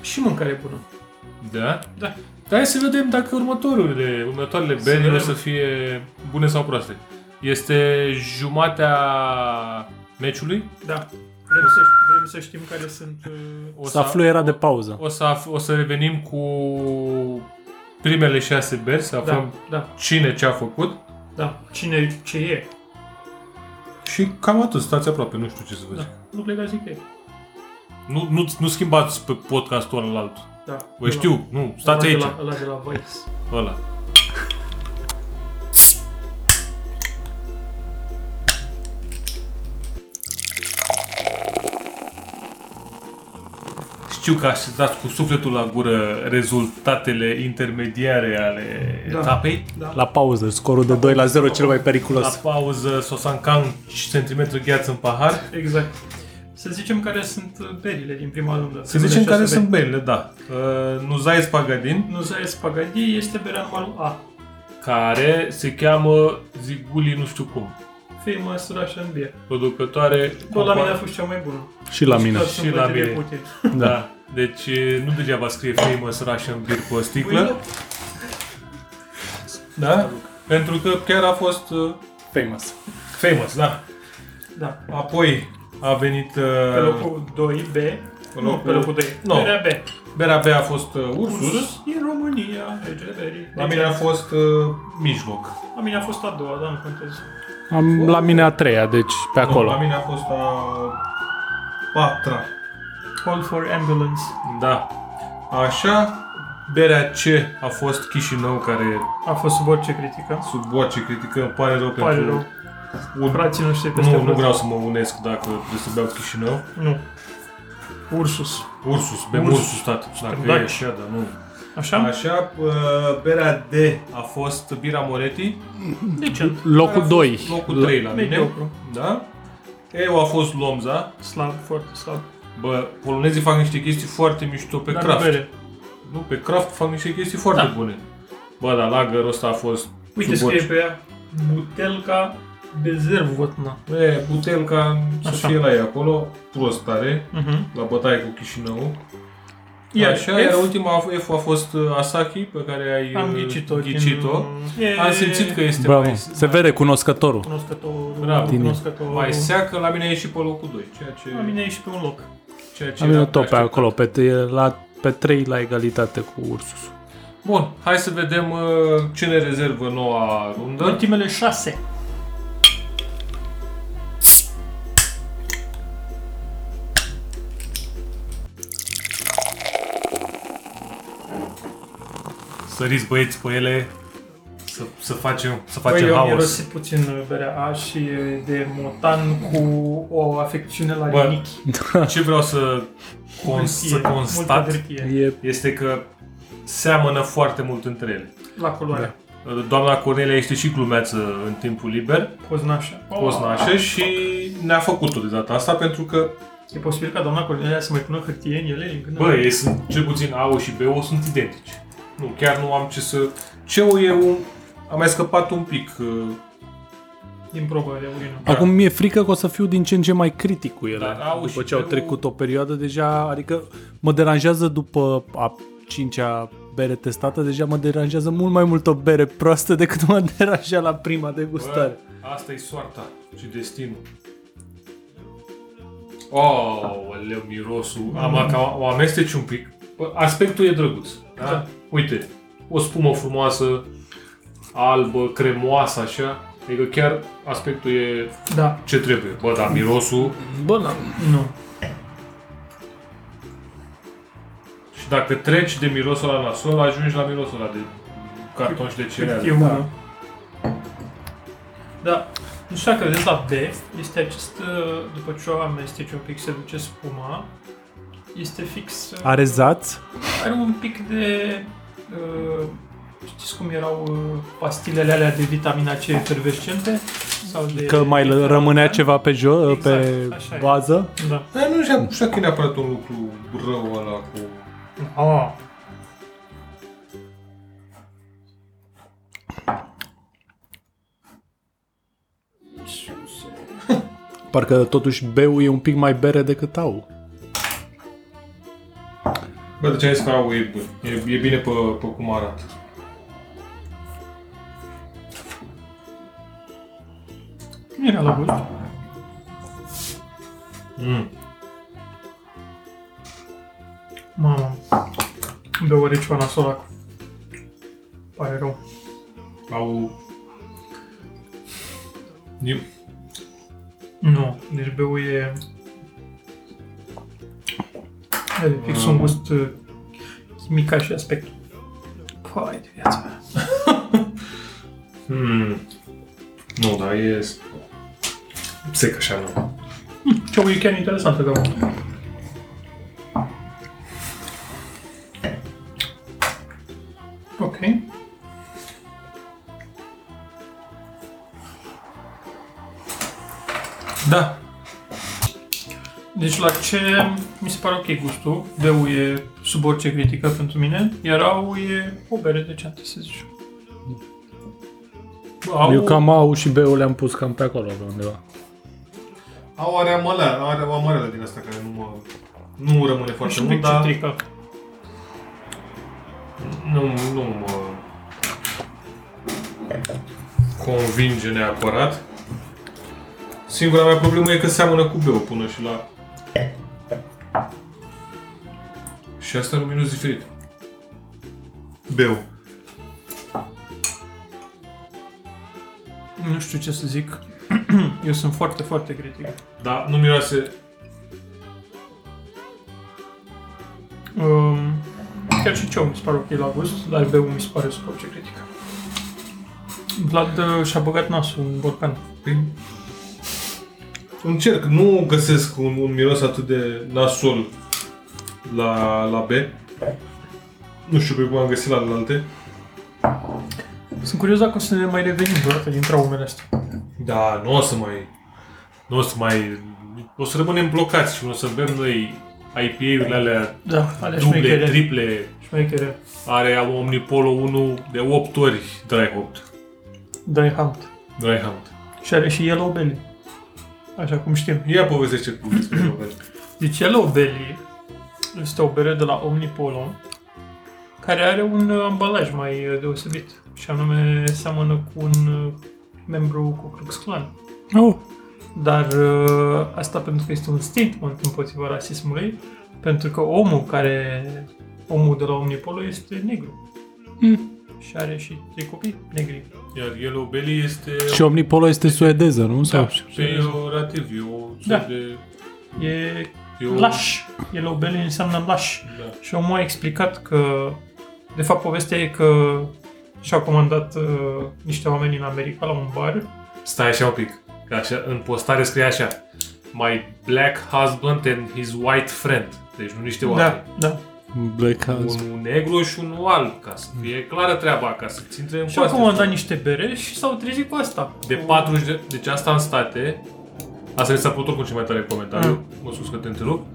și mâncare bună. Da? Da. Dar hai să vedem dacă următoarele, următoarele Să beri o vedem. să fie bune sau proaste. Este jumatea meciului. Da. Vrem să, vrem să știm care sunt... Uh, O Să aflu era de pauză. O să, af- o să revenim cu primele șase beri, să da, aflăm da, cine ce a făcut. da. Cine, ce e? Și cam atât, stați aproape, nu știu ce să vă Da. zic. Nu pleca zic e. Nu, nu, nu schimbați pe podcastul ăla la altul. Da. Vă știu, nu, stați ăla aici, De la, ăla de la Vice. ăla. Știu că ați dat cu sufletul la gură rezultatele intermediare ale Da. etapei. Da. La pauză, scorul de 2 la 0 cel mai La periculos. pauză, Sosancan, centimetru gheață în pahar. Exact. Să zicem care sunt uh, berile din prima rundă. Să zicem care Șase sunt berile, da. Uh, Nuzai Spagadin, beri. Nuzae Spagadi este berea numărul A. care se cheamă Ziguli nu știu cum. Famous Russian Beer. Producătoare... Bă, la compa- mine a fost cea mai bună. Și la mine. Toți sunt Și la plătite de mine. Putin. Da. Deci e, nu degeaba scrie Famous Russian Beer pe o Păi nu, sticlă, da? Pentru că chiar a fost uh, Famous. famous, da. Da. Apoi a venit Pe uh, locul 2, B. Nu, pe locul- locul 2. Nu. Berea B. berea B a fost uh, Ursus, Ursus. Deci- În România, regele berii. la mine a fost uh, mijloc. La mine a fost a doua, dar nu contează. Am la mine a treia, deci pe La acolo. mine a fost a patra. Call for ambulance. Da. Așa, berea C a fost Chișinău care A fost sub orice critică. sub orice critică îmi pare rău Pare pentru rău. un... Frații noștri peste Nu, nu frați. vreau să mă unesc dacă trebuie să beau Chișinău. Nu. Ursus. Ursus, bem Ursus. Ursus, Ursus stat. Dacă e daci. așa, dar nu. Așa? Da. Așa, uh, berea D a fost Bira Moretti. Decent. Locul 2. Locul 3 la mine. Mediocru. Da? Eu a fost Lomza. Slab, foarte slab. Bă, polonezii fac niște chestii foarte mișto pe Dar craft. nu bere. Nu, pe craft fac niște chestii foarte Da. bune. Bă, dar lagerul ăsta a fost Uite, sub scrie orice. pe ea. Butelca Bezervotna. E, putem ca să Așa. fie la ei acolo, prost tare, Mhm. la bătaie cu Chișinău. Iar Iar Așa, F? iar ultima F a fost uh, Asaki, pe care ai Am uh, ghicit-o din- ghicit-o. E- Am simțit că este Bravo. mai, Se vede cunoscătorul. Cunoscătorul, Bravo. Bravo. Tine. cunoscătorul. mai seacă, la mine e și pe locul 2, ceea ce... La mine e și pe un loc. ceea ce Am era venit tot pe preașteptat. acolo, pe, e la, pe 3 la egalitate cu ursusul. Bun, hai să vedem uh, ce ne rezervă noua rundă. Ultimele șase. Săriți băieți pe ele, să, să facem, să Băi, facem Păi, eu am haos. mirosit puțin berea A și e de motan cu o afecțiune la Bă, rinichi. Ce vreau să, cons- Hârtie, să constat Multă hârtie E este că seamănă foarte mult între ele. Uh, la culoare. Doamna Cornelia este și glumeață în timpul liber, Da. Poznașa. Oh. poznașă și ne-a făcut-o de data asta pentru că, E posibil ca doamna Cornelia să mai pună hârtie în ele? Din când în bă, ei sunt, cel puțin A și B sunt identici. Nu, chiar nu am ce să... ce o e un... Am mai scăpat un pic. uh, când? Din probă de urină. Da. Acum mi-e frică că o să fiu din ce în ce mai critic cu ele. Dar au după și ce au eu- trecut o perioadă deja, adică mă deranjează după a cincea bere testată, deja mă deranjează mult mai mult o bere proastă decât mă deranja la prima degustare. Bă, asta e soarta și destinul. Oh, leu mirosul. Am, aca- o amesteci un pic. Bă, Aspectul e drăguț. Da? Da. Uite, o spumă frumoasă, albă, cremoasă, așa. Adică chiar aspectul e Da. ce trebuie. Bă, dar mirosul Bă, na. Nu. și dacă treci de mirosul ăla la sol, ajungi la mirosul ăla de carton și de Hârtie cereale. da. da. Nu știu dacă vedeți la B, este acest, uh, după ce o amesteci un pic, se duce spuma, este fix... uh, Are zaț? Are un pic de... Uh, știți cum erau uh, pastilele alea de vitamina C efervescente? Sau de Că mai l- rămânea ceva pe, jo- da? Exact, pe așa e. bază? Da. Dar nu știu, nu știu că e neapărat un lucru rău ăla cu... Oh. Parcă totuși beu e un pic mai bere decât au. Bă, de ce ai zis că au e, bun? e, e bine pe, pe cum arată. Nu era la gust. Mm. Mamă. Beau răcioana solac. Pare rău. Au... E- Nu, deci beau e... Are fix Mm. un gust uh, chimical și aspect. Păi, de viața mea. Mm. Nu, dar e... Sec așa, nu. Ce e chiar interesantă gama. Ok. Da. Deci la ce mi se pare ok gustul, beu e sub orice critică pentru mine, iar au e o bere decentă, să zic. Au, Eu cam au și beu le-am pus cam pe acolo pe undeva. au are amăleală, are o amăreală din asta care nu mă... Nu rămâne foarte Și un pic mult, dar citrică. nu, nu mă convinge neapărat. Singura mea problemă e că seamănă cu beu până și la... Și asta e un minus diferit. Beu. Nu știu ce să zic. Eu sunt foarte, foarte critic. Da, nu miroase... Um, chiar și ce mi se pare ok la gust, dar beu mi se pare sub orice critică. Vlad uh, și-a băgat nasul în borcan. Păi... Încerc, nu găsesc un, un miros atât de nasol la, la B. Nu știu pe cum am găsit la alte. Sunt curios dacă o să ne mai revenim vreodată din traumele astea. Da, nu o să mai... Nu o să mai... O să rămânem blocați și o să bem noi IPA-urile alea Da, alea duble, șmechere. triple. Șmechere. Are Omnipolo 1 de 8 ori dry hopped. Dai hunt. Dry hopped. Și are și Yellow Belly. Așa cum știm. Ia povestește cu despre Robert. Deci Yellow Belly Este o bere de la Omnipolon, care are un uh, ambalaj mai uh, deosebit. Și anume seamănă cu un uh, membru cu Klux Klan. Oh. Dar uh, asta pentru că este un statement împotriva rasismului, pentru că omul care omul de la Omnipolo este negru. Și are și trei copii negri. Iar Yellow Belly este... Și Omnipolo este suedeză, nu? Sau? da, peiorativ, e o soi Da. de... E E o, laș. Yellow Belly înseamnă laș. Da. Și omul a explicat că, de fapt, povestea e că și-au comandat uh, niște oameni în America la un bar. Stai așa un pic. că Așa, în postare scrie așa. My black husband and his white friend. Deci nu niște oameni. Da, da. Black House. Un negru și unul alb, ca Mm. să fie clară treaba, ca să-ți intre în Și-au coaste. comandat niște bere și s-au trezit cu asta. De 40 de... Deci asta în state... Asta mi s-a putut oricum cel mai tare comentariu. Mm. Mă scuz că te întrerup.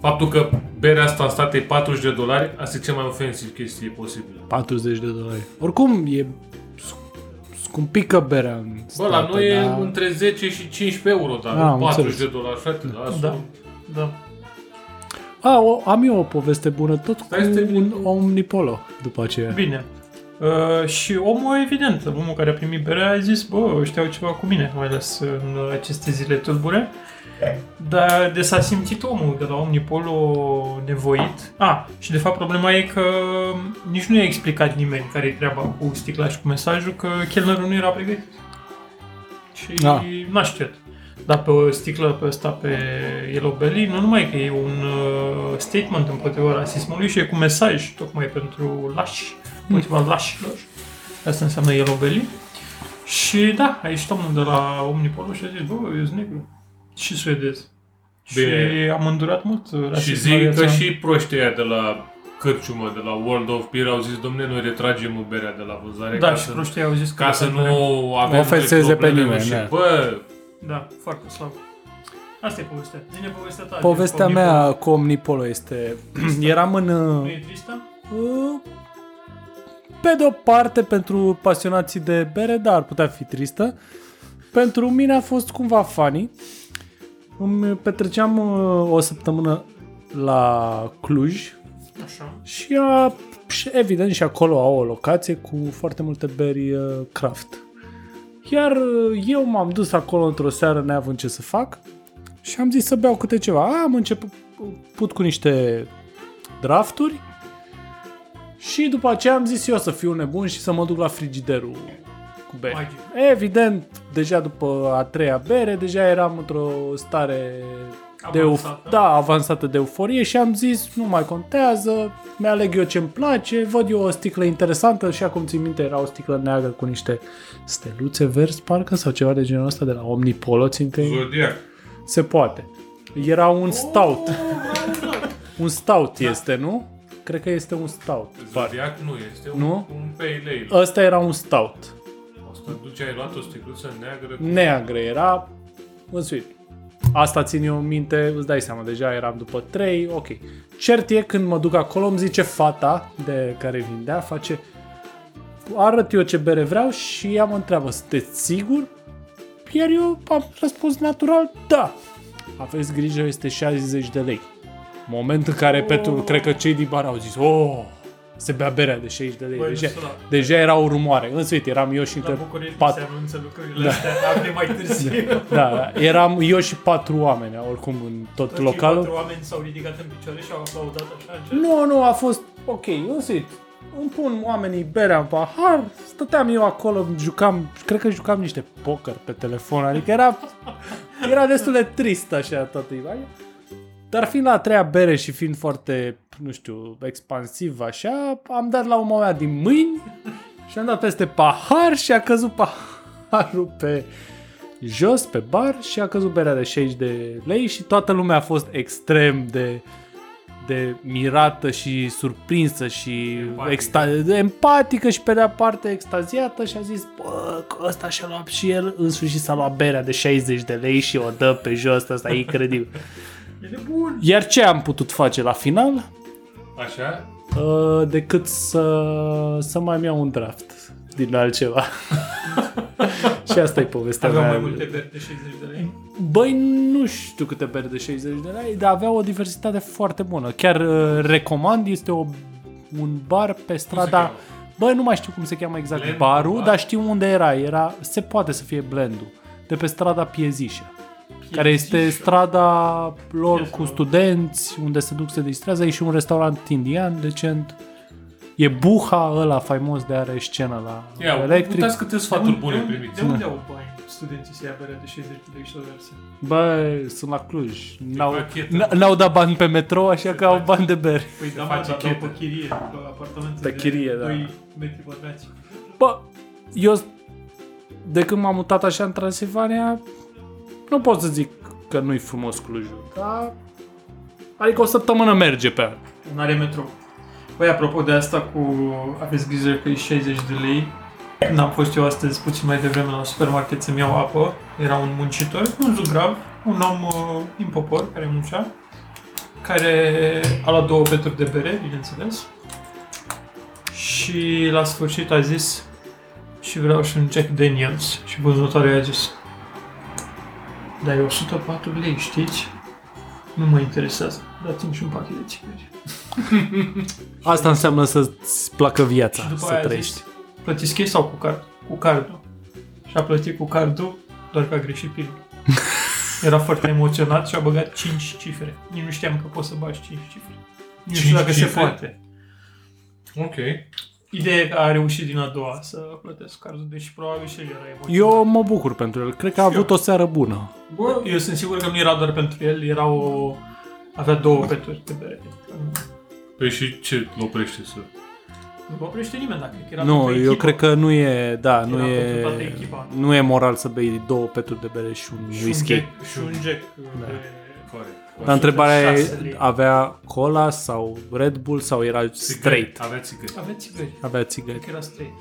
Faptul că berea asta în state e 40 de dolari, asta e cea mai ofensiv chestie posibilă. 40 de dolari. Oricum, e sc- scumpică berea în Bă, la state, noi e da. dar- între 10 și 15 euro, dar Da, am 40 înțeles. de dolari, frate, da, Ah, Da, da. da. A, o, am eu o poveste bună, tot cu Stai să termin un tu. omnipolo după aceea. Bine. Uh, și omul, evident, omul care a primit berea a zis, bă, ăștia au ceva cu mine, mai ales în uh, aceste zile tulbure. Dar de s-a simțit omul de la Omnipolo nevoit. A, și de fapt problema e că nici nu i-a explicat nimeni care e treaba cu sticla și cu mesajul că chelnerul nu era pregătit. Și Da. n-a știut. Dar pe o sticlă pe asta, pe Yellow Belly, nu numai că e un uh, statement împotriva rasismului și e cu mesaj tocmai pentru lași, împotriva lașilor. Asta înseamnă Yellow Belly. Și da, a ieșit omul de la Omnipolo și a zis, bă, eu sunt negru. Și suedez. Bine. Și am îndurat mult uh, rasismul. Și în zic viața că mea. și proștii ăia de la Cârciumă, de la World of Beer, au zis, domne, noi retragem berea de la vânzare Da, ca, și să, proștii au zis că... ca să nu avem ofenseze între pe probleme nimeni, Și, da. bă, Da, foarte slab. Asta e povestea. Zine povestea ta. adică Povestea Jacob, mea cu Omnipolo este... Eram în... Nu uh, e tristă? uh, Pe de-o parte, pentru pasionații de bere, dar ar putea fi tristă. Pentru mine a fost cumva funny. Îmi petreceam uh, o săptămână la Cluj, Așa. Și, a, și evident și acolo au o locație cu foarte multe beri uh, craft. Iar uh, eu m-am dus acolo într-o seară neavând ce să fac și am zis să beau câte ceva. Am început put cu niște drafturi și după aceea am zis eu să fiu nebun și să mă duc la frigiderul cu Păi. beri. Magic. Evident, deja după a treia bere, deja eram într-o stare de Avansată. euf- da, avansată de euforie și am zis, nu mai contează, mi-aleg eu ce-mi place, văd eu o sticlă interesantă și acum țin minte, era o sticlă neagră cu niște steluțe verzi, parcă, sau ceva de genul ăsta de la Omnipolo, țin că e- Zodiac. se poate. Era un stout. un stout este, nu? Cred că este un stout. Zodiac nu este un, Nu? Ă. un pale ale. Ăsta era un stout. Asta duce, ai luat o sticluță neagră. neagră era în sfârșit. Asta țin eu în minte, îți dai seama, deja eram după 3, ok. Cert e, când mă duc acolo, îmi zice fata de care vindea, face arăt eu ce bere vreau și ea mă întreabă, sunteți sigur? Iar eu am răspuns natural, da. Aveți grijă, este 60 de lei. Moment în care, Oh. Petru, cred că cei din bar au zis, oh, se bea berea de 60 de lei. Băi, nu deja, știu, da. deja era o rumoare. În sfârșit, eram eu și La între București pat- se anunță lucrurile astea, abia mai târziu. da, da, eram eu și patru oameni, oricum, în tot Toți localul. Deci patru oameni s-au ridicat în picioare și au aplaudat așa încet. Nu, nu, a fost ok, în sfârșit. Îmi pun oamenii berea în pahar, stăteam eu acolo, jucam, cred că jucam niște poker pe telefon, adică era, era destul de trist așa toată imaginea. Dar fiind la a treia bere și fiind foarte, nu știu, expansiv așa, am dat la un moment din mâini și am dat peste pahar și a căzut paharul pe jos pe bar și a căzut berea de 60 de lei și toată lumea a fost extrem de de mirată și surprinsă și Empatică. empatică, exta- empatică și pe de-a parte extaziată și a zis bă, că ăsta și-a luat și el în sfârșit s-a luat berea de 60 de lei și o dă pe jos, asta e incredibil. E de bun! Iar ce am putut face la final? Așa? Uh, decât să, să mai iau un draft din altceva. și asta e povestea Aveam mea. mai multe beri de 60 de lei. Băi, nu știu câte beri de 60 de lei, dar avea o diversitate foarte bună. Chiar uh, recomand, este o, un bar pe strada... cheamă? da? Bă, nu mai știu cum se cheamă exact Blend, barul, bar? dar știu unde era. era. Se poate să fie blendul. De pe strada Piezișa. Care este strada lor cu studenți, unde se duc să distrează. E și un restaurant indian decent. E Buha ăla faimos de are scenă la Ia, electric. uitați câte sfaturi bune de, unde, de primiți. unde Da. au bani studenții să ia berea de 60 de lei și să o verse? Bă, sunt la Cluj. Păi N-au, pachetă. n- n-au dat bani pe metro, așa că au bani de bere. Păi da, mă, face dar dau chetă. pe chirie, pe apartamente Pe chirie, de da. 2 metri pătrați. Bă, eu de când m-am mutat așa în Transilvania, nu pot să zic că nu-i frumos Clujul, dar... Adică o săptămână merge pe an. Nu are metrou. Băi, apropo de asta cu aveți grijă că e 60 de lei, când am fost eu astăzi puțin mai devreme la supermarket să-mi iau apă, era un muncitor, un zugrav, un om uh, din popor care muncea, care a luat două peturi de bere, bineînțeles, și la sfârșit a zis și vreau și un Jack Daniels și vânzătoarea i-a zis dar e 104 lei, știți? Nu mă interesează, dați-mi și un pachet de țigări. Asta înseamnă să-ți placă viața, Și după Da, să aia a trăiești. zis, plătiți chei sau cu, card? cu cardul? Și a plătit cu cardul, doar că a greșit pilul. Era foarte emoționat și a băgat 5 cifre. Nici nu știam că poți să bagi 5 cifre. Nu știu Cinci dacă se cifre? poate. Ok. Ideea e că a reușit din a doua să plătesc cardul, deși probabil și el era emoționat. Eu mă bucur pentru el. Cred că a Și eu. avut o seară bună. Bă, eu sunt sigur că nu era doar pentru el, era o... Avea două peturi de bere. Păi și ce îl oprește să... Nu mă oprește nimeni dacă era Nu, pentru eu echipă. cred că nu e, da, nu Era e, pentru toată echipa. nu e moral să bei două peturi de bere și un Și un whisky. Jack- Și un Jack. Da. de- Corect. Dar întrebarea șase e, lei. avea cola sau Red Bull sau era straight? Avea țigări. Avea țigări. Avea țigări. Că era straight.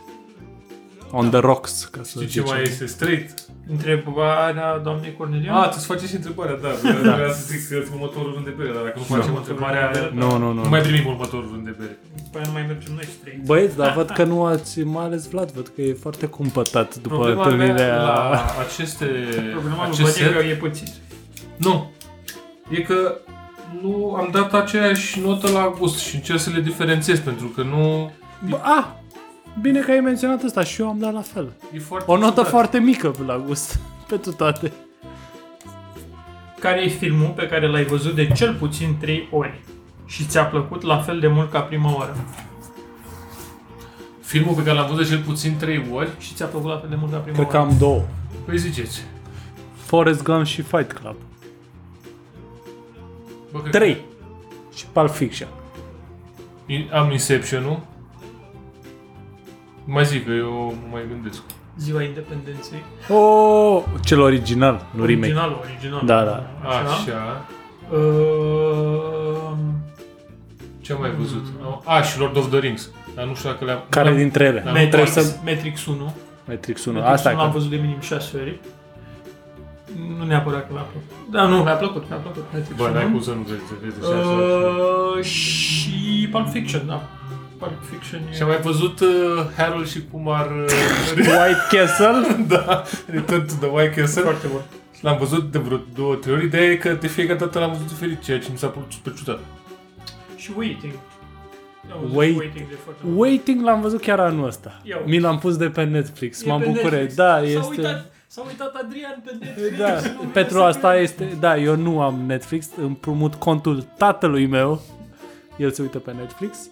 On the rocks, ca să Știi ce zicem. mai este straight? Întrebarea da doamnei Cornelian? A, tu îți faci și întrebarea, da. Vreau vreau să zic că următorul rând de bere, dar dacă nu facem Nu. întrebarea, Nu, nu, nu nu. mai primim următorul rând de bere. Păi nu mai mergem noi straight. Băieți, dar văd că nu ați, mai ales Vlad, văd că e foarte cumpătat după Problema mea întâlnirea... la aceste... Problema lui acest set- Vladimir e puțin. Nu. E că nu am dat aceeași notă la gust și încerc să le diferențiez pentru că nu... Bă, a, bine că ai menționat asta și eu am dat la fel. E foarte O notă ciudat. foarte mică la gust, pentru toate. Care e filmul pe care l-ai văzut de cel puțin 3 ori și ți-a plăcut la fel de mult ca prima oară? Filmul pe care l-am văzut de cel puțin 3 ori, Și ți-a plăcut la fel de mult ca prima Cred că oară? am două. păi ziceți. Forrest Gump și Fight Club. Bă, cred Trei. Și Pulp Fiction. că in- Am Inception-ul. Mai zic că eu mă mai gândesc. Ziua Independenței. Oh, cel original, nu remake. Originalul, originalul. Da, da. Așa. Ehm, Așa. Uh, Ce am mai văzut? Oh, A, și Lord of the Rings. Dar nu știu dacă le-am... Care le-am- dintre ele? Da. Nu trebuie Matrix, să... Matrix 1. Matrix Matrix 1 1, asta e l-am că... văzut de minim 6 ori. Nu neapărat că mi-a plăcut. Da, nu, mi-a plăcut, mi-a plăcut. Matrix Bă, 1. n-ai cum să nu vezi, vezi așa. Uh... Uh, și Pulp Fiction, da. Pulp Fiction e... Și am mai văzut uh, Harold și cum ar... Uh, White Castle? da, Return to the White Castle. foarte bun. L-am văzut de vreo două, trei ori. Ideea e că de fiecare dată l-am văzut diferit, ceea ce mi s-a părut super ciudat. Și Waiting. Am văzut Wait- Waiting de foarte bun. Waiting l-am văzut chiar anul ăsta. Eu. Mi l-am pus de pe Netflix, E m-am pe bucurat. Netflix. Da, S-a este... uitat, s-a uitat Adrian pe Netflix. Da, Nu vine pentru să asta cred. este... Da, eu nu am Netflix, împrumut contul tatălui meu. El se uită pe Netflix.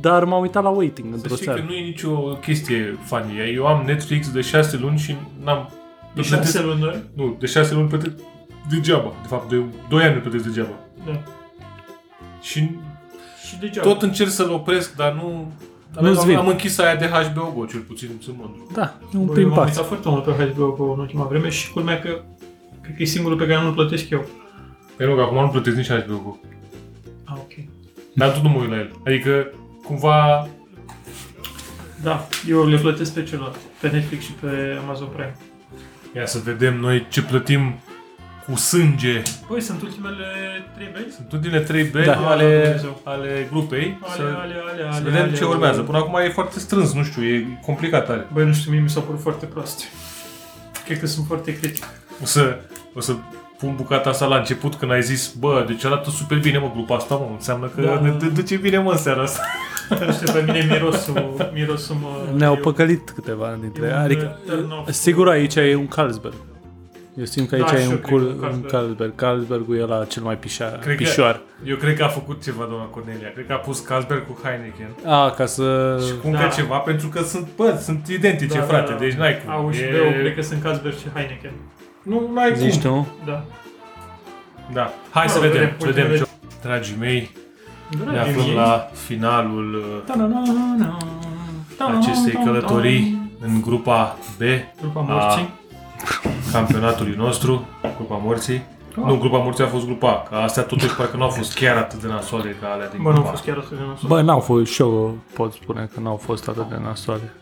Dar m-am uitat la Waiting Să într-o știi că seară. nu e nicio chestie funny. Eu am Netflix de șase luni și n-am... De plătesc- șase luni doar. Nu, de șase luni plătesc degeaba. De fapt, de doi ani îl plătesc degeaba. Da. Și Și degeaba. tot încerc să-l opresc, dar nu... Nu-ți am, vine. am închis aia de HBO Go, cel puțin sunt mândru. Da, e un Bă, prim eu M-am pas. uitat foarte mult pe HBO Go în ultima vreme și culmea că cred că e singurul pe care nu-l plătesc eu. Păi nu, că acum nu plătesc nici HBO Go. Ah, ok. Dar tot nu mă uit la el. Adică, cumva... Da, eu le plătesc pe celălalt. Pe Netflix și pe Amazon Prime. Ia să vedem noi ce plătim cu sânge. Păi, sunt ultimele trei beli? Sunt unele trei beli Da. ale, Dumnezeu. ale grupei. Ale, să, ale, ale, ale, să vedem ale, ce ale. urmează. Până acum e foarte strâns, nu știu, e complicat tare. Băi, nu știu, mie mi s-au părut foarte proaste. Cred că sunt foarte critic. O să, o să pun bucata asta la început când ai zis, bă, deci arată super bine, mă, grupa asta, mă, înseamnă că Da. ne ne duce bine, mă, în seara asta. Nu știu, pe mine mirosul, mirosul mă... Ne-au e- păcălit câteva dintre e ele. un, Adică, uh, turn off. sigur, aici e un Carlsberg. Eu simt că aici Da, e și un, eu cred cul, că un un Carlsberg. Carlsberg. Carlsbergul e la cel mai pișa, Cred că- pișoar. Eu cred că a făcut ceva, doamna Cornelia. Cred că a pus Carlsberg cu Heineken. A, ca să... Și cum Da. da. ceva, pentru că sunt, bă, sunt identice, Da, da, frate, da, da. deci n-ai cum. Au și E- eu cred că sunt Carlsberg și Heineken. Nu, n-ai cum. Zici tu? Da. Da. Hai să Mă rog, vedem, vedem, să vedem ce... vedem. Dragii mei, ne Dragii aflăm mei. la finalul uh, Ta-na-na-na-na. Ta-na-na-na-na. acestei călătorii în grupa B Grupa a morții. campionatului nostru, grupa morții. Oh. Nu, grupa morții a fost grupa A, că astea totuși parcă nu au fost chiar atât de nasoale ca alea din Bă, nu a grupa fost chiar atât de nasol. Bă, n-au fost, și eu pot spune că n-au fost atât de nasoale.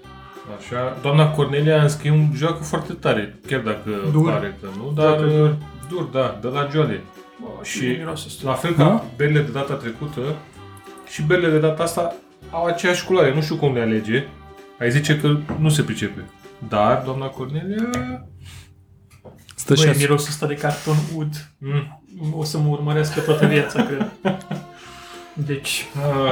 Așa, doamna Cornelia, în schimb, joacă foarte tare, chiar dacă Dur. pare că nu, dar Joacă dur. dur, da, de la joale. Bă, și- și miroase ăsta. La fel ca Da? belele de data trecută și belele de data asta au aceeași culoare, nu știu cum le alege. Ai zice că nu se pricepe. Dar, doamna Cornelia... Stă și Băi, asupra. mirosul ăsta de carton ud Mm. o să mă urmărească toată viața, cred. Deci,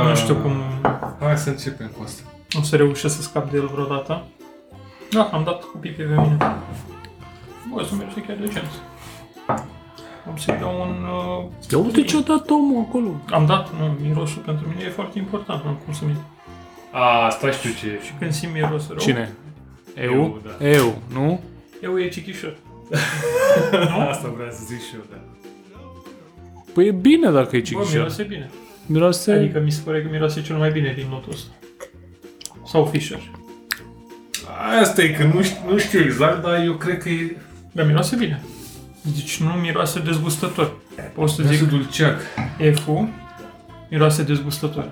nu știu cum ah, Hai să începem cu asta. o să reușesc să scap de el vreodată. Da, am dat cu pipi pe mine. Bă, să merge chiar decent. Am să-i dau un... Uh, Eu uite ce-a dat omul acolo. am dat, nu, mirosul pentru mine e foarte important, nu am cum să mi A, stai știu ce Și când simt mirosul rău, Cine? Eu? Eu, da. Eu, nu? eu e cichișor. Asta vreau să zic și eu, da. Păi e bine dacă e Bă, cichișor. miroase bine. Miroase... Adică mi se pare că miroase cel mai bine din notul ăsta. Sau Fisher. Asta e că nu știu, nu știu exact, dar eu cred că e... Dar miroase bine. Deci nu miroase dezgustător. Pot să Zic zic dulceac. F-ul miroase dezgustător.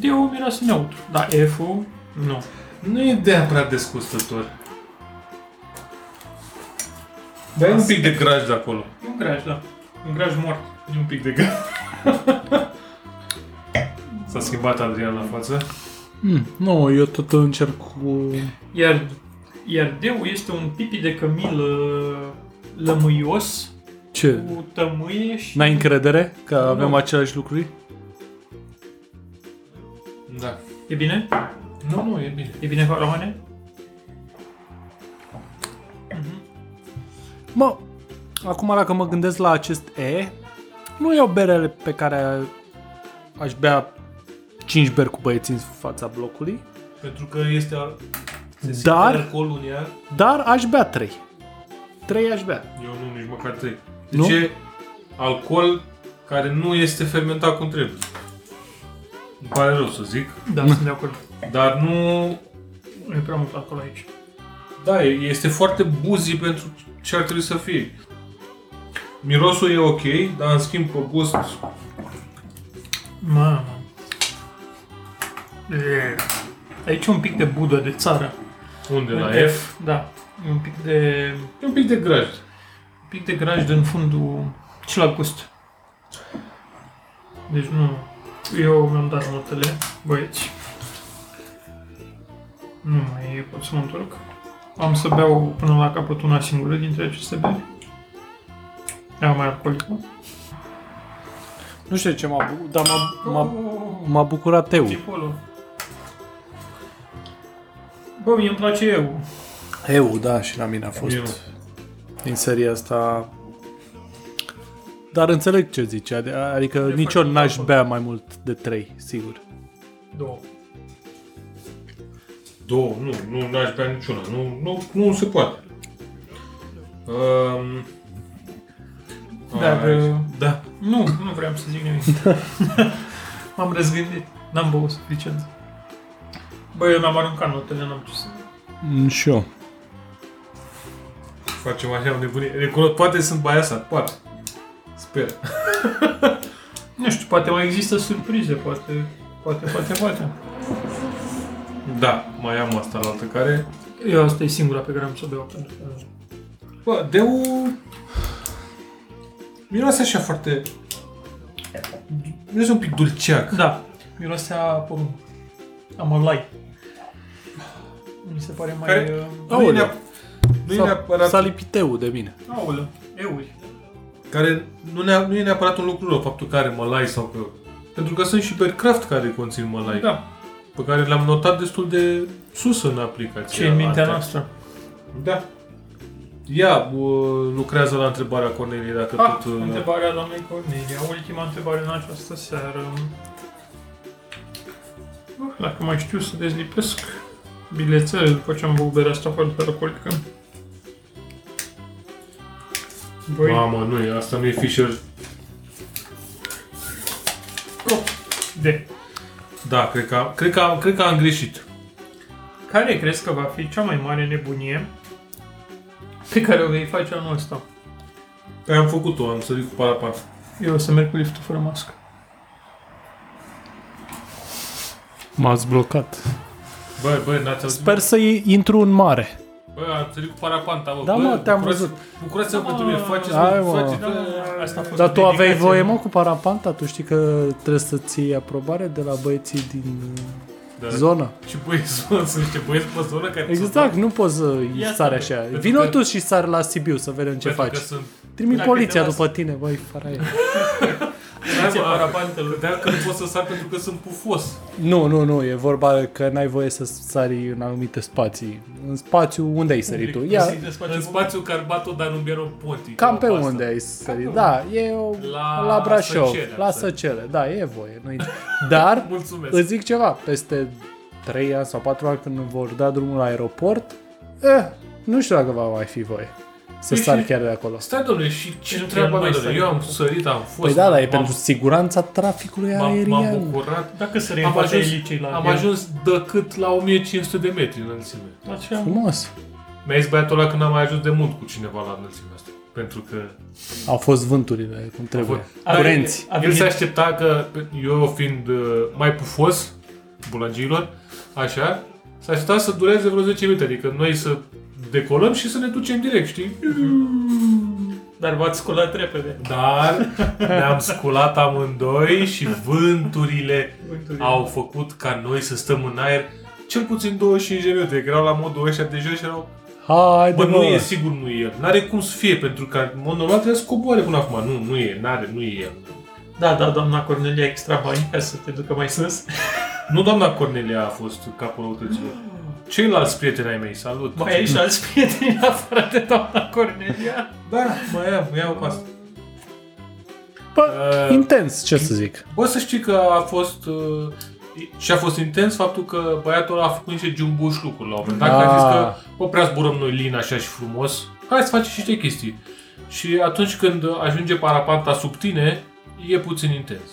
D-ul miroase neutru, dar F-ul nu. Nu e neapărat descustător. Dar e un pic de graj de acolo. E un graj, da. Un graj mort. E un pic de graj. S-a schimbat Adrian la față. Mm, nu, eu tot încerc cu... Iar, iar D-ul este un pipi de cămilă lămâios Ce? cu tămâie și... N-ai încredere că Nu. avem aceleași lucruri? Da. E bine? Nu, nu, e bine. E bine, Romane? Mă, acum dacă mă gândesc la acest E, nu e o bere pe care aș bea 5 beri cu băieții în fața blocului, Pentru că este... al- Se simte Dar- alcoolul în ea. dar aș bea 3. 3 aș bea. Eu nu, nici măcar trei. Deci Nu? e alcool care nu este fermentat cum trebuie. Îmi pare rău să zic, Da, sunt de acord. dar nu Nu e prea mult acolo aici. Da, e- este foarte buzi pentru ce ar trebui să fie. Mirosul e ok, dar în schimb pe gust Mamă. E, Aici e un pic de budă de țară. unde la F Da. E un pic de, e un pic de graj. un pic de grajd în fundul și la gust. Deci nu... Eu mi-am dat notele, băieți. Nu mai e, pot să mă întorc. Am să beau până la capăt una singură dintre aceste beri. Ea mai alcoolică. Nu știu de ce m-a, bu- dar m-a, m-a, m-a bucurat eu. Tipolul. Bă, mie îmi place eu. Eu, da, și la mine a fost Eu. din seria asta. Dar înțeleg ce zici, ad- adică E nici eu foarte n-aș bun. bea mai mult de 3, sigur. Două. Două, nu, nu n-aș bea niciuna, nu, nu, nu se poate. Um, Dar, hai. uh, da. Nu, nu vreau să zic nimic. M-am răzgândit. N-am băut suficient. Bă, eu mi-am aruncat notele, n-am ce să... Și eu. Facem așa o nebunie. Recunosc, poate sunt baiasat, poate. Sper. Nu știu, poate mai există surprize, poate... Poate, poate, poate. Da, mai am asta la altă care. Eu asta e singura pe care am să o beau pentru că... Bă, deu... Miroase așa foarte... Miroase un pic dulceac. Da, mirosea porumb. Amalai. Mi se pare mai... uh, Care- Care... Nu e Aoleu. neap- nu e Sau- neapărat... S-a lipit teul de mine. Aolă, euri. care nu, ne nu e neapărat un lucru rău, faptul că are mălai sau că... Pentru că sunt și Bercraft care conțin mălai, Da, pe care le-am notat destul de sus în aplicație. ce e în mintea noastră. Da. Ea bă, lucrează la întrebarea Cornelie dacă Ah, tot... uh, întrebarea doamnei Cornelia, ultima întrebare în această seară. Uh, Dacă mai știu să dezlipesc bilețele după ce am băut berea asta foarte alcoolică. Voi, Păi- Mamă, nu e, asta nu e Fisher. de. Da, cred că, cred că, am- cred că am greșit. Care crezi că va fi cea mai mare nebunie pe care o vei face anul ăsta? Că am făcut-o, am sărit cu parapar. Eu o să merg cu liftul fără mască. M-ați blocat. Bă, bă, n-ați auzit? Sper să intru în mare. Bă, am sărit cu parapanta, bă. Da, bă, mă, te-am bucurați- văzut. Bucurați-vă pentru mine, faceți-vă, Hai, mă. faceți Asta a fost Dar o tu aveai dedicație. voie, mă, cu parapanta? Tu știi că trebuie să-ți iei aprobare de la băieții din Da. zonă? Și băieți, sunt niște băieți pe zonă care Exact, nu poți să Ia sari să așa. vezi. Vino Pentru că- tu și sari la Sibiu să vedem ce Pentru faci. Că sunt Trimit Dacă poliția te după tine, băi, faraie. Ți-e parabantelor. Dar că nu pot să sar pentru că sunt pufos. Nu, nu, nu, e vorba că n-ai voie să sari în anumite spații. În spațiu unde ai sărit tu? Ia, Deci, Să-i desfaci În un- spațiu Carbato, dar nu Biero Ponti. cam pe Asta. unde ai sărit. Da, e o, La la, la Brașov, Săcele, la am sărit. Săcele. Da, e voie. Nu Dar Mulțumesc. îți zic ceva, peste 3 ani sau 4 ani când vor da drumul la aeroport, eh, nu știu dacă va mai fi voie să Păi sari și- chiar de acolo. Stai, domnule, și ce Nu treabă trebuie mai să domnule? ai Eu am făcut. sărit, am fost. Păi da, dar e m-am- pentru siguranța traficului m-am- M-am aerian. bucurat. Dacă să Am reînfața ajuns, elicei la am el. ajuns decât la 1500 de metri înălțime. Așa. Frumos. Mi-a zis băiatul ăla că n-am mai ajuns de mult cu cineva la înălțimea asta. Pentru că Au fost vânturile cum trebuie. Dar Curenți. El se aștepta că eu fiind uh, mai pufos, bulangiilor, așa, s-a aștepta să dureze vreo 10 minute, adică noi să decolăm și să ne ducem direct, știi? Dar v-ați sculat repede. Dar ne-am sculat amândoi și vânturile au făcut ca noi să stăm în aer cel puțin 25 de minute, că erau la modul ăștia de jos și erau Haide, Bă, nu e bă. sigur nu e el. N-are cum să fie, pentru că în mod normal trebuie să coboare până acum. Nu, nu e, n-are, nu e el. Da, da, doamna Cornelia extra bani ca să te ducă mai sus. Nu doamna Cornelia a fost capul autorităților. Ceilalți prieteni ai mei, salut! Mai ai și alți prieteni afară de doamna Cornelia? Da, mai am, iau cu asta. Bă, Uh, intens, ce să zic. Bă, să știi că a fost... Uh, și a fost intens faptul că băiatul ăla a făcut niște jumbuș lucruri la un moment dat. că A Ah. zis că, bă, prea zburăm noi lin așa și frumos. Hai să facem și niște chestii. Și atunci când ajunge parapanta sub tine, e puțin intens.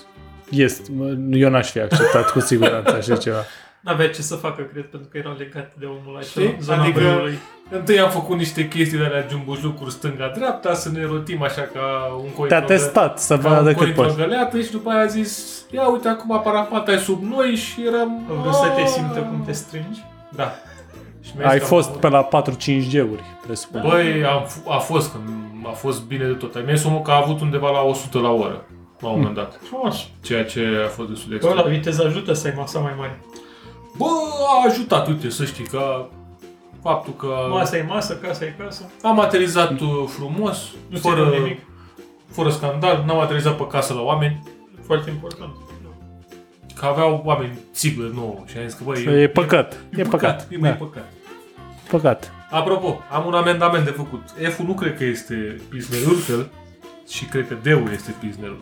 Este, mă, eu n-aș fi acceptat cu siguranță așa ceva. N-avea ce să facă, cred, pentru că era legat de omul acela, Știi? zona Adică- adică... Întâi am făcut niște chestii de alea jumbuș lucruri stânga-dreapta, să ne rotim așa ca un coi Te-a testat să Păi, Ca vadă un cât corito poți. găleată și după aia a zis Ia uite acum parapata e sub noi și eram "Ah." Au vrut Oh. să te simtă cum te strângi. Da și mi-a zis Ai că am- fost pe la 4-5G-uri, presupun. Băi, am, f- a fost când a fost bine de tot Mi-a zis omul că a avut undeva la 100 la oră La un moment dat Frumos. Ceea ce a fost destul de Bă, la extrem viteză ajută să ai masa mai mare. Bă, a ajutat, uite, să știi că Faptul că Masa e masă, casa e casă. am aterizat uh, frumos Nu ți fără, nimic. fără scandal N-am aterizat pe casă la oameni Foarte important. Că aveau oameni țiglă nouă Și am zis că băi, E păcat. E păcat. E, mai Da, păcat păcat. Apropo, am un amendament de făcut. F-ul nu cred că este Pilsner Urkel, și cred că D-ul este Pilsnerul.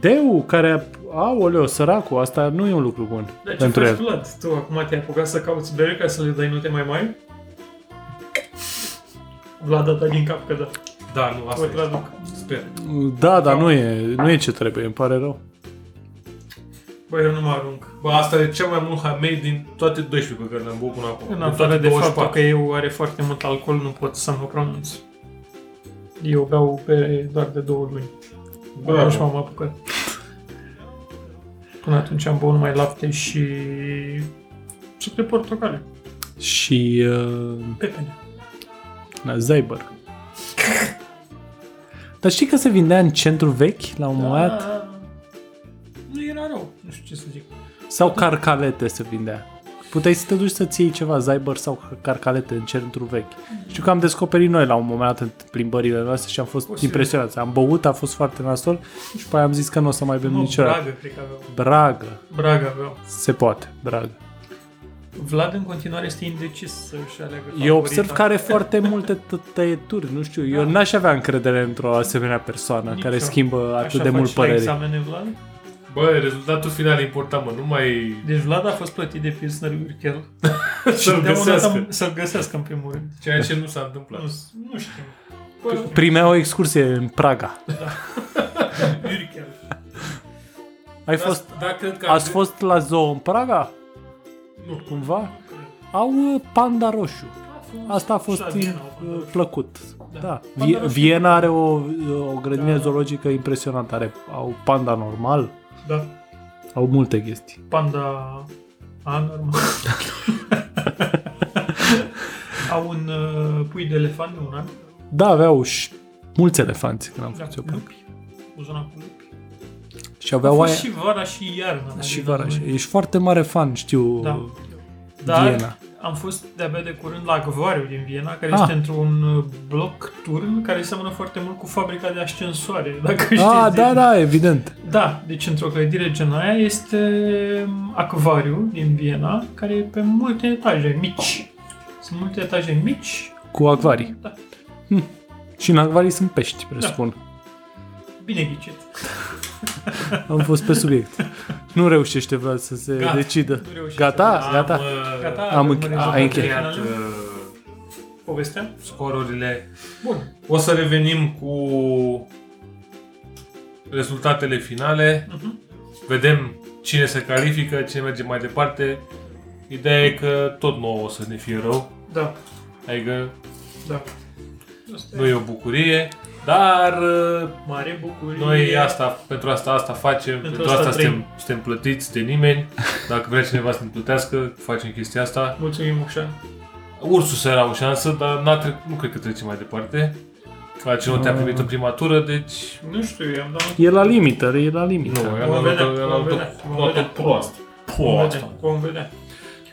Deu care, aoleo, săracul, asta nu e un lucru bun Dar Da, ce pentru faci, el. Vlad? Tu acum te-ai apucat să cauți bere ca să le dai note mai mari? Vlad a dat din cap că da. Da, nu, asta Vă este. traduc. Sper. Da, dar nu e, nu e ce trebuie, îmi pare rău. Băi, eu nu mă arunc. Bă, asta e cel mai mult hamei din toate 12 pe care le-am băut până acum. În Din afară toate de faptul 24. că eu are foarte mult alcool, nu pot să mă pronunț. Eu beau bere doar de două luni. Bravo. Bravo. Nu m-am apucat. Până atunci am băut numai lapte și suc de portocale. Și uh, Pepene. Zyber. Dar știi că se vindea în centru vechi, la un moment dat? Da, Nu era rău, nu știu ce să zic. Sau carcalete se vindea. Puteai să te duci să-ți iei ceva, zaibăr sau carcalete în centru vechi. Știu că am descoperit noi la un moment dat în plimbările noastre și am fost Posibil. impresionați. Am băut, a fost foarte nasol și pe aia am zis că nu o să mai bem Nu, niciodată. bragă, cred că aveau. Bragă. Bragă aveau. Se poate, bragă. Vlad în continuare este indecis să-și aleagă Eu observ că favorita. are foarte multe t- tăieturi, nu știu, eu n-aș avea încredere într-o asemenea persoană Da. Nici care eu. schimbă atât Așa de mult faci la păreri. examene, Vlad? Bă, rezultatul final e important, mă. Nu mai... Deci Vlad a fost plătit de Pilsner Urchel. Să-l De una găsească. dată Să-l găsească în primul rând. Ceea ce nu s-a întâmplat. Nu, nu știu. Păi, Bă, Primea o excursie în Praga. Urchel. Ai Da, fost, Da, cred că... ați fost la zoo în Praga? Nu. Cumva? Au uh, panda roșu. Asta a fost Și la Viena au uh, panda roșu. plăcut. Da. Da. Vi- Panda roșu. Viena are o, uh, o grădină Da. zoologică impresionantă. Are, au panda normal, Da. au multe chestii. Panda anormal. Au un uh, pui de elefant, nu un an. Da, aveau și mulți elefanți când am Da, fost eu. pe- lupi. O zonă cu lupi. Și A aveau aia fost și vara și iarna. Da, și vara. și- Ești foarte mare fan, știu, uh, Da. Viena. Dar am fost de-abia de curând la acvariu din Viena, care Ah. este într-un uh, bloc turn care seamănă foarte mult cu fabrica de ascensoare, dacă știți. Ah, din- da, da, evident. Da, deci într-o clădire gen aia este um, acvariu din Viena, care e pe multe etaje mici. Sunt multe etaje mici. Cu acvarii. Da. Și în acvarii sunt pești, presupun. Bine ghicit. Am fost pe subiect. Nu reușește Vlad să se Gata. decidă. Nu reușește. Gata, Am, gata. uh, Gata, Am urmărești înche- la ai Am finalul. încheiat uh, Povestea? scorurile. Bun. O să revenim cu rezultatele finale. Mhm. Vedem cine se califică, cine merge mai departe. Ideea e că tot nouă o să ne fie rău. Da, Adică da. Asta nu e o bucurie, dar uh, Mare bucurie. noi asta, pentru asta asta facem, pentru, asta asta, suntem, trăim. suntem plătiți de nimeni. Dacă vrea cineva să ne plătească, facem chestia asta. Mulțumim, Ușa. Ursul să era o șansă, dar n-a tre- nu cred că trece mai departe. Acel nu te-a primit în prima tură, deci... Nu știu, i-am dat E la limită, e la limită. Nu, Nu. el a vedea, luat- el a vom luat vedea, vom o notă vedea. proastă. Vom Proastă. vedea, vom vedea.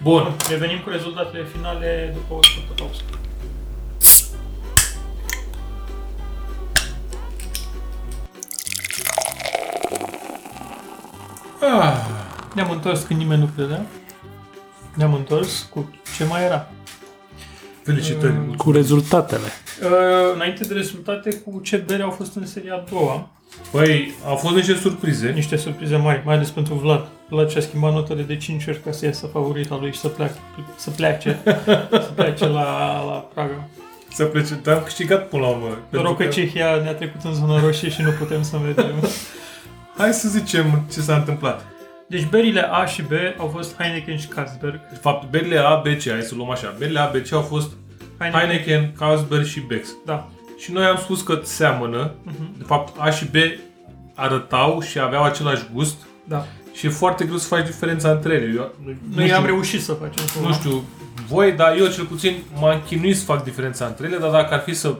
Bun, Revenim cu rezultatele finale după o scurtă pauză. Ah, ne-am întors când nimeni nu credea. Ne-am întors cu ce mai era. felicitări. Cu rezultatele. Uh, înainte de rezultate, cu ce bere au fost în seria a doua. Păi, au fost niște surprize. Niște surprize mari, mai ales pentru Vlad. Vlad și-a schimbat notele de 5 ori ca să iasă favorita lui și să pleacă, să plece, să plece la, la Praga. Să plece, dar am câștigat până la urmă. pentru Noroc că Cehia ne-a trecut în zona roșie și nu putem să vedem. Hai să zicem ce s-a întâmplat. Deci berile A și B au fost Heineken și Carlsberg. De fapt, berile A, B, C, hai să luăm așa. Berile A, B, C au fost Heineken, Heineken, Carlsberg și Bex. Da. Și noi am spus că seamănă. Mhm. De fapt, A și B arătau și aveau același gust. Da. Și e foarte greu să faci diferența între ele. Eu, nu, Noi știu- am reușit să facem. cumva. Nu știu voi, dar eu cel puțin m-am chinuit să fac diferența între ele, dar dacă ar fi să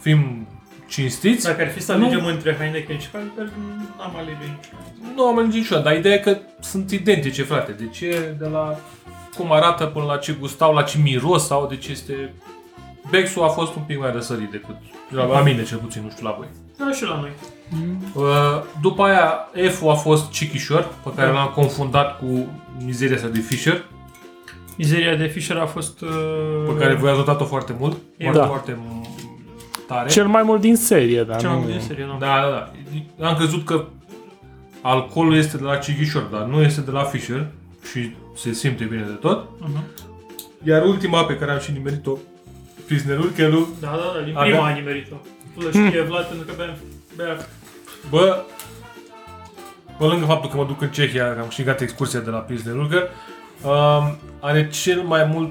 fim cinstiți, Dacă ar fi să Nu. alegem între Heineken și Carlsberg, n-am alege niciunul. nu am alege niciuna, dar ideea e că sunt identice, frate. Deci e de la cum arată până la ce gustau, la ce miros sau deci este... Bexul a fost un pic mai răsărit decât la, la mine cel puțin, nu știu la voi. Da, și la noi. Uh, După aia F-ul a fost Chichișor, pe care l-am confundat cu mizeria asta de Fisher, Mizeria de Fisher a fost... Uh, pe care voi ați notat-o foarte mult, foarte, Da. foarte mm, tare. Cel mai mult din serie, dar Cel mai nu... bun din serie, nu? Da, da, da. Am crezut că alcoolul este de la Cighișor, dar nu este de la Fisher și se simte bine de tot. Mhm. Iar ultima pe care am și nimerit-o, Prisonerul Chelu, Da, da, da, din Avea- prima a nimerit-o. Tu le Hmm. știe Vlad pentru că bea, bea bă, pe lângă faptul că mă duc în Cehia, că am câștigat excursia de la Prisonerul că um, are cel mai mult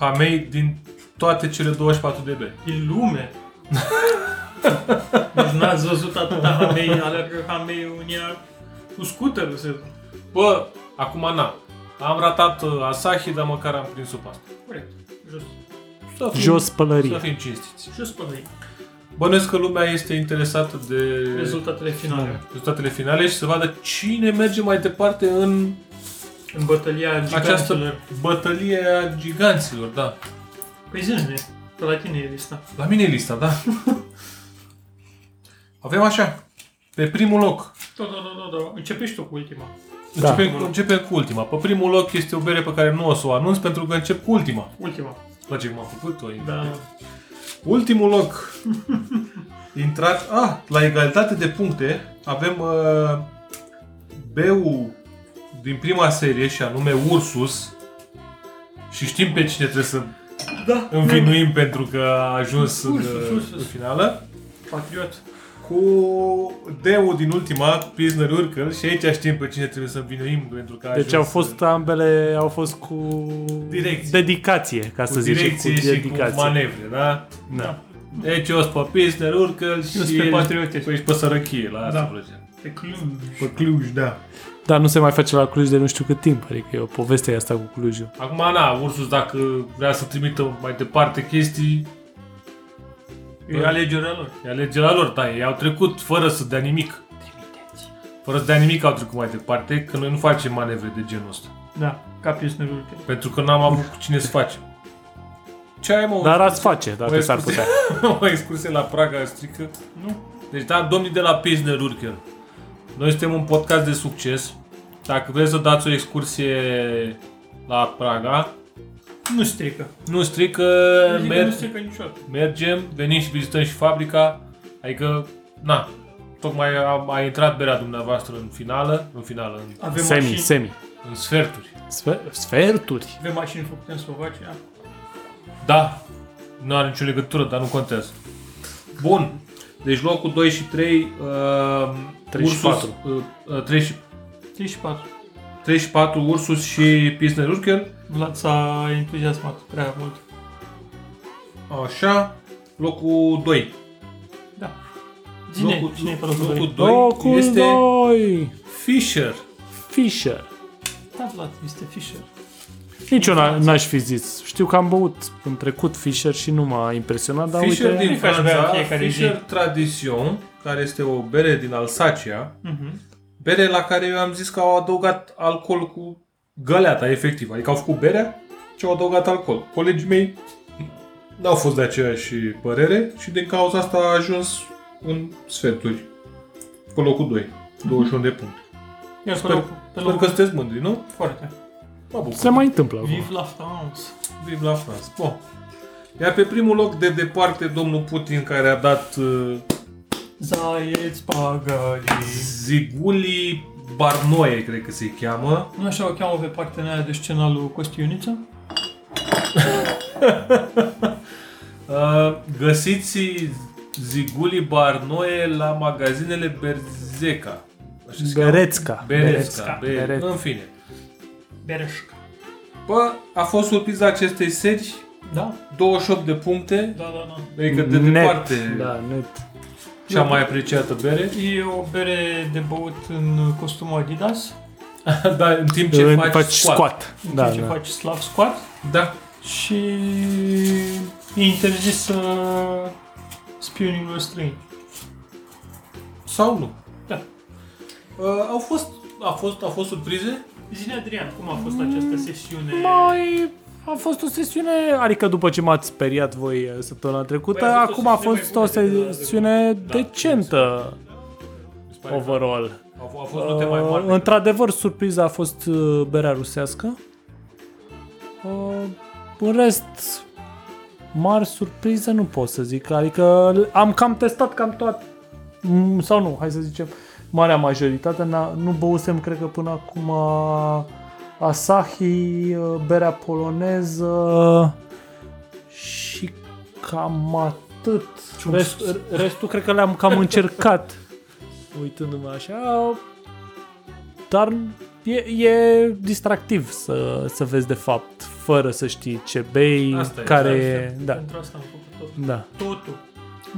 hamei din toate cele 24 de beri. din lume. deci n-ați văzut atâta hamei, alergă hamei în ea cu scuterul se... Bă, acum na, am ratat uh, Asahi, dar măcar am prins-o pe asta. Corect, jos. Să fim- Jos Să pălărie. fim cinstiți. Jos pe noi. Bănuiesc că lumea este interesată de Rezultatele finale. rezultatele finale și să vadă cine merge mai departe în În bătălia giganților. această bătălie a giganților, da. Păi zi-ne, că la tine e lista. La mine e lista, da. Avem așa, pe primul loc, Da, da, da, da, da. Începești tu cu ultima. Da. Începem, începem cu ultima. Pe primul loc este o bere pe care nu o să o anunț pentru că încep cu ultima. Ultima. Îmi Place cum am făcut-o. e- Da. Ultimul loc. Intrat... Ah, la egalitate de puncte avem uh, Beu din prima serie și anume Ursus. Și știm pe cine trebuie să Da. învinuim pentru că a ajuns în, uh, Ursus, Ursus. în finală. Patriot. Cu Deu din ultima, Prisoner Urkel, și aici știm pe cine trebuie să învinuim pentru că a Deci ajuns au fost ambele, au fost cu Direcție. dedicație, ca să cu zicem, direcție cu și cu dedicație. manevre, da? da. Deci eu sunt pe Pilsner, urcă și sunt pe el- patriotism. Păi ești pe sărăchie, la asta Da. plăcea. Pe Cluj. Pe Cluj, da. Dar nu se mai face la Cluj de nu știu cât timp, adică e o poveste asta cu Clujul. Acum, na, Ursus, dacă vrea să trimită mai departe chestii, da. E alegerea lor. e alegerea lor, da, ei au trecut fără să dea nimic. Fără să dea nimic au trecut mai departe, că noi nu facem manevre de genul ăsta. Da, ca Pilsnerul. Pentru că n-am avut cu cine să facem. Ce ai, mă? Dar ați face, dacă Voi s-ar scuze. putea. Da. o excursie la Praga strică? Nu. Deci da, domnii de la Pilsner Urcher, noi suntem un podcast de succes. Dacă vreți să dați o excursie la Praga, Nu strică. nu strică, Э, Zic că nu merg, strică niciodată. mergem, venim și vizităm și fabrica. Adică, na, tocmai a, a intrat berea dumneavoastră în finală, în finală, în, Avem Semi, mașini. semi. în sferturi. Sfer- sferturi. Avem mașini făcute în Slovacia. Da, nu are nicio legătură, dar nu contează. Bun. Deci locul 2 și 3, uh, 34. Ursus, uh, uh, 3 și 34. 34 Ursus și Pilsner Urkel. Vlad s-a entuziasmat prea mult. Așa. Locul 2. Da. Zine, locul, cine e pe locul locul 2 doi? Locul este doi. Fisher. Fisher. Da, Vlad, este Fisher. Nici eu n- n-aș fi zis. Știu că am băut în trecut Fisher și nu m-a impresionat, dar Fisher uite... din nu-i faci Franța, bea în fiecare Fisher Tradition, care este o bere din Alsacia. Mhm. Bere la care eu am zis că au adăugat alcool cu găleata, efectiv. Adică au făcut berea și au adăugat alcool. Colegii mei n-au fost de aceeași părere și din cauza asta a ajuns în sferturi. Pe locul 2. 21 de puncte. Iar Mhm. Sper, pe locul, pe sper locul că sunteți mândri, nu? foarte. Mă bucur. Se mai întâmplă acum. Vive la France. Vive la France. Bun. Iar pe primul loc de departe, domnul Putin, care a dat uh, Zaieț Pagari. Ziguli Barnoie, cred că se cheamă. Nu așa o cheamă pe partea aia de scena lui Costi Ioniță? Uh, găsiți Ziguli Barnoie la magazinele Berzeca. Așa se cheamă? Da. Berețca. Berețca. Bere- Bere- În fine. Bereșca. Bă, a fost surpriza acestei seri. Da, 28 de puncte. da, da, da. Adică de Net. departe Da, net. cea mai apreciată bere. E o bere de băut în costumul Adidas, Dar în timp ce Ce faci, faci squat. squat. în Da, timp ce da. faci slav squat Da. și e interzis uh, spionilor străini. Sau nu? Da. Uh, au fost, a fost, au fost surprize? Zine, Adrian, cum a fost această sesiune? da. Mai a fost o sesiune, adică după ce m-ați speriat voi eh, săptămâna trecută, Băi, Păi, a fost o acum sesiune a fost mai bună o decât la Da, sesiune decentă overall. Au, f- au fost note mai mari. Uh, într-adevăr, surpriza a fost uh, berea rusească. Uh, în rest, mari surprize nu pot să zic. Adică l- am cam testat cam toate. Mm, Sau nu, hai să zicem, marea majoritate. n-a- nu băusem, cred că până acum, Asahi, uh, berea poloneză și cam atât. Rest, restul cred că le-am cam încercat uitându-mă așa, dar e, e distractiv să, să vezi de fapt, fără să știi ce bei, Asta e, Exact. care da, e, da, Pentru asta am făcut tot. da, Totul.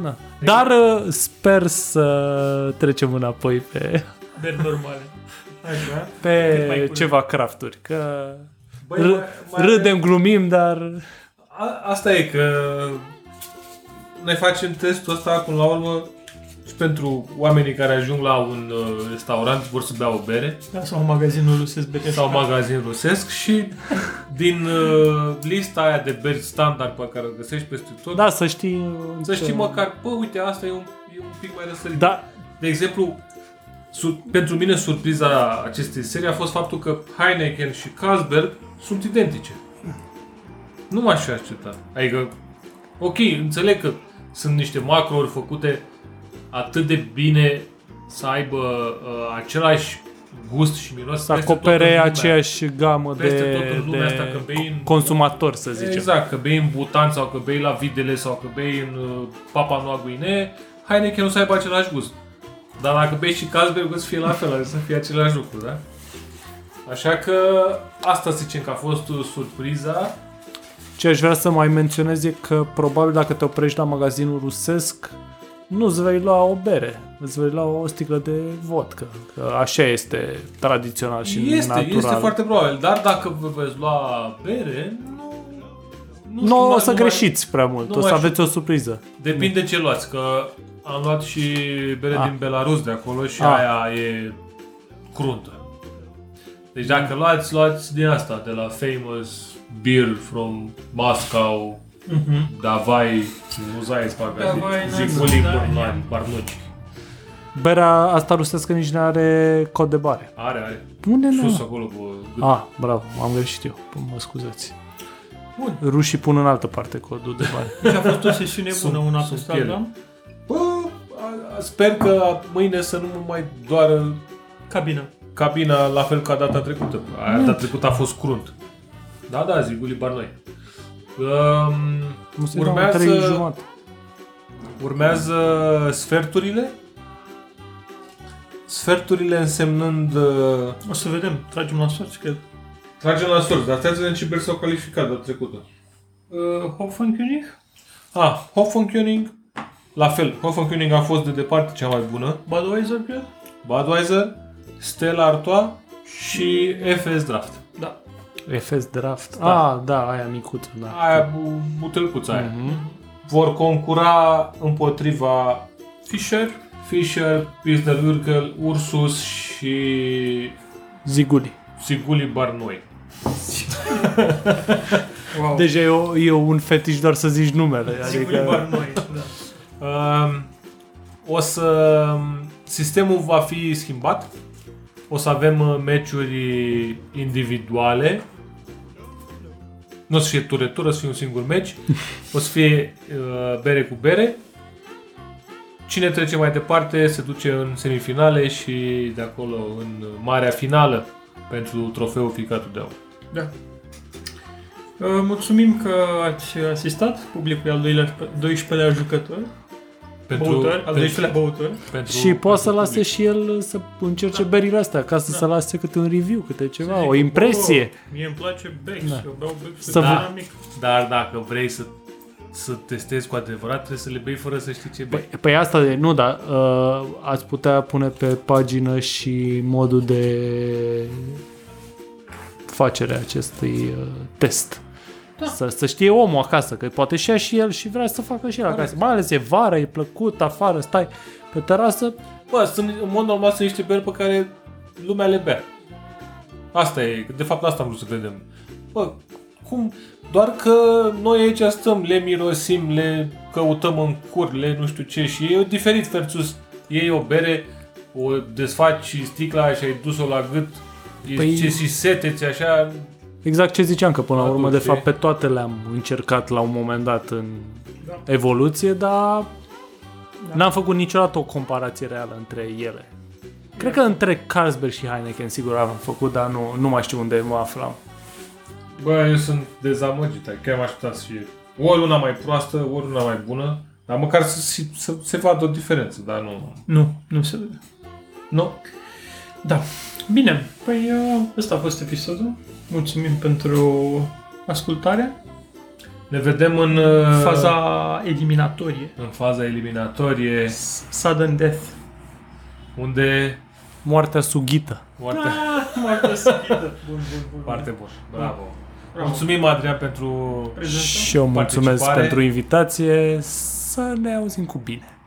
da. Dar uh, sper să trecem înapoi pe, Beri normale. Așa. mai pe curând. ceva crafturi, că Băi, Băi, mai- râdem, glumim, dar A, asta e că noi facem testul ăsta până la urmă și pentru oamenii care ajung la un uh, restaurant, vor să bea o bere Da, sau magazinul lui SBT. sau magazin rusesc și din uh, lista aia de beri standard pe care o găsești peste tot, Da, să știi... să știi măcar, bă, uite, asta e un, e un pic mai răsărit. Da, De exemplu, sur- pentru mine surpriza acestei serii a fost faptul că Heineken și Carlsberg sunt identice. Nu m-aș fi așteptat. Adică, ok, înțeleg că sunt niște macrouri făcute atât de bine să aibă uh, același gust și miros. să peste tot în acopere lumea. aceeași gamă Peste de, tot în lumea asta, de că bei în- consumatori, să zicem. Exact, că bei în Butan sau că bei la Videle sau că bei în uh, Papa Noua Guinee, Heineken o să aibă același gust. Dar dacă bei și Carlsberg, o să fie la fel, adică să fie același lucru, da? Așa că asta să zicem că a fost uh, surpriza. Ce aș vrea să mai menționez e că probabil dacă te oprești la magazinul rusesc, nu îți vei lua o bere, îți vei lua o sticlă de vodka. Că așa este tradițional și este, natural. este foarte probabil, dar dacă vă veți lua bere, nu... Nu, știu, o să mai- greșiți prea mult, nu o să mai- aveți o surpriză. Depinde ce luați, că am luat și bere A. din Belarus de acolo și A. aia e cruntă. Deci dacă luați, luați din asta, de la Famous Beer from Moscow, Mhm. Davai, Muzai Davai, Spaghetti, Nazar, Ziculi da, Burman, Barnuci. Berea asta rusească nici nu are cod de bare. Are, are. Unde nu? Sus acolo pe gât. Ah, bravo, am greșit eu, mă scuzați. Bun. Rușii pun în altă parte codul de bare. Deci Și a fost o sesiune Sunt- bună, una pe sunt Instagram. Bă, a- a- sper că mâine să nu mă mai doară Cabina. cabina la fel ca data trecută. Aia data trecută a fost crunt. Da, da, Ziguli Barnoi. Um, Mă Urmează- Trei jumate. Urmează sferturile. Sferturile însemnând... uh, O să vedem, tragem la sorți, cred. Tragem la sorți, dar stai să vedem ce beri s-au calificat de trecută. Uh, Hopfenkönig? Ah, Hoffenkönig, la fel. Hoffenkönig a fost de departe cea mai bună. Budweiser, cred? Budweiser, Stella Artois și FS Draft. Da. Efes draft. Da. Da. Ah, da, aia micuță, da. Aia, bu- butelcuța aia. Mhm. Vor concura împotriva Fischer, Fischer, Pilsner Urkel, Ursus și Ziguli. Siguli Barnoi. Wow. Deja Deci e, o, e un fetiș doar să zici numele. Sigur, Adică... bar noi, da. Um, o să... Sistemul va fi schimbat. O să avem uh, meciuri individuale. Nu o să fie tură-tură, o să fie un singur meci. O să fie uh, bere cu bere. Cine trece mai departe se duce în semifinale și de acolo în marea finală pentru trofeul Ficatul de Aur. Da. Uh, Mulțumim că ați asistat publicului al 12-lea 12-lea jucător, băutor, al 12-lea băutor. pentru- Și poate să pentru lase public. și el să încerce berile astea, ca să se lase câte un review, câte ceva, Da, o Zic, impresie. "Bă, Mie îmi place Bex, Da. eu beau Bex Să de vă- la mic. Dar dacă vrei să, să testezi cu adevărat, trebuie să le bei fără să știi ce bei. Păi, păi asta e, nu, dar uh, ați putea pune pe pagină și modul de facere a acestui uh, test. Da. Să, să știe omul acasă, că poate și ia și el și vrea să facă și el acasă. Mai ales e vara, e plăcut, afară, stai pe terasă, Bă, sunt, în mod normal sunt niște beri pe care lumea le bea. Asta e, de fapt asta am vrut să vedem. Bă, cum? Doar că noi aici stăm, le mirosim, le căutăm în cur, le nu știu ce și e diferit versus iei o bere, o desfaci și sticla și ai dus-o la gât, Păi- păi... ce și sete, ți așa, Exact ce ziceam, că până la urmă, de Atunci, fapt, pe toate le-am încercat la un moment dat în Da. evoluție, dar Da. n-am făcut niciodată o comparație reală între ele. Cred că între Carlsberg și Heineken, sigur, am făcut, dar nu, nu mai știu unde mă aflam. Bă, eu sunt dezamăgit, adică chiar m-aș putea să fie ori una mai proastă, ori una mai bună, dar măcar să, să, să se vadă o diferență, dar nu. Nu, nu se vede. Nu. Da. Bine, păi uh, ăsta a fost episodul. Mulțumim pentru ascultare. Ne vedem în uh, Faza eliminatorie. în faza eliminatorie, Sudden Death. unde Moartea sughită. foarte, Ah, moartea sfidă. Bun, bun, bun. foarte bun. Bravo. Bravo. Mulțumim, Adrian, pentru Prezentă. Și eu mulțumesc Participare. pentru invitație. Să să ne auzim cu bine.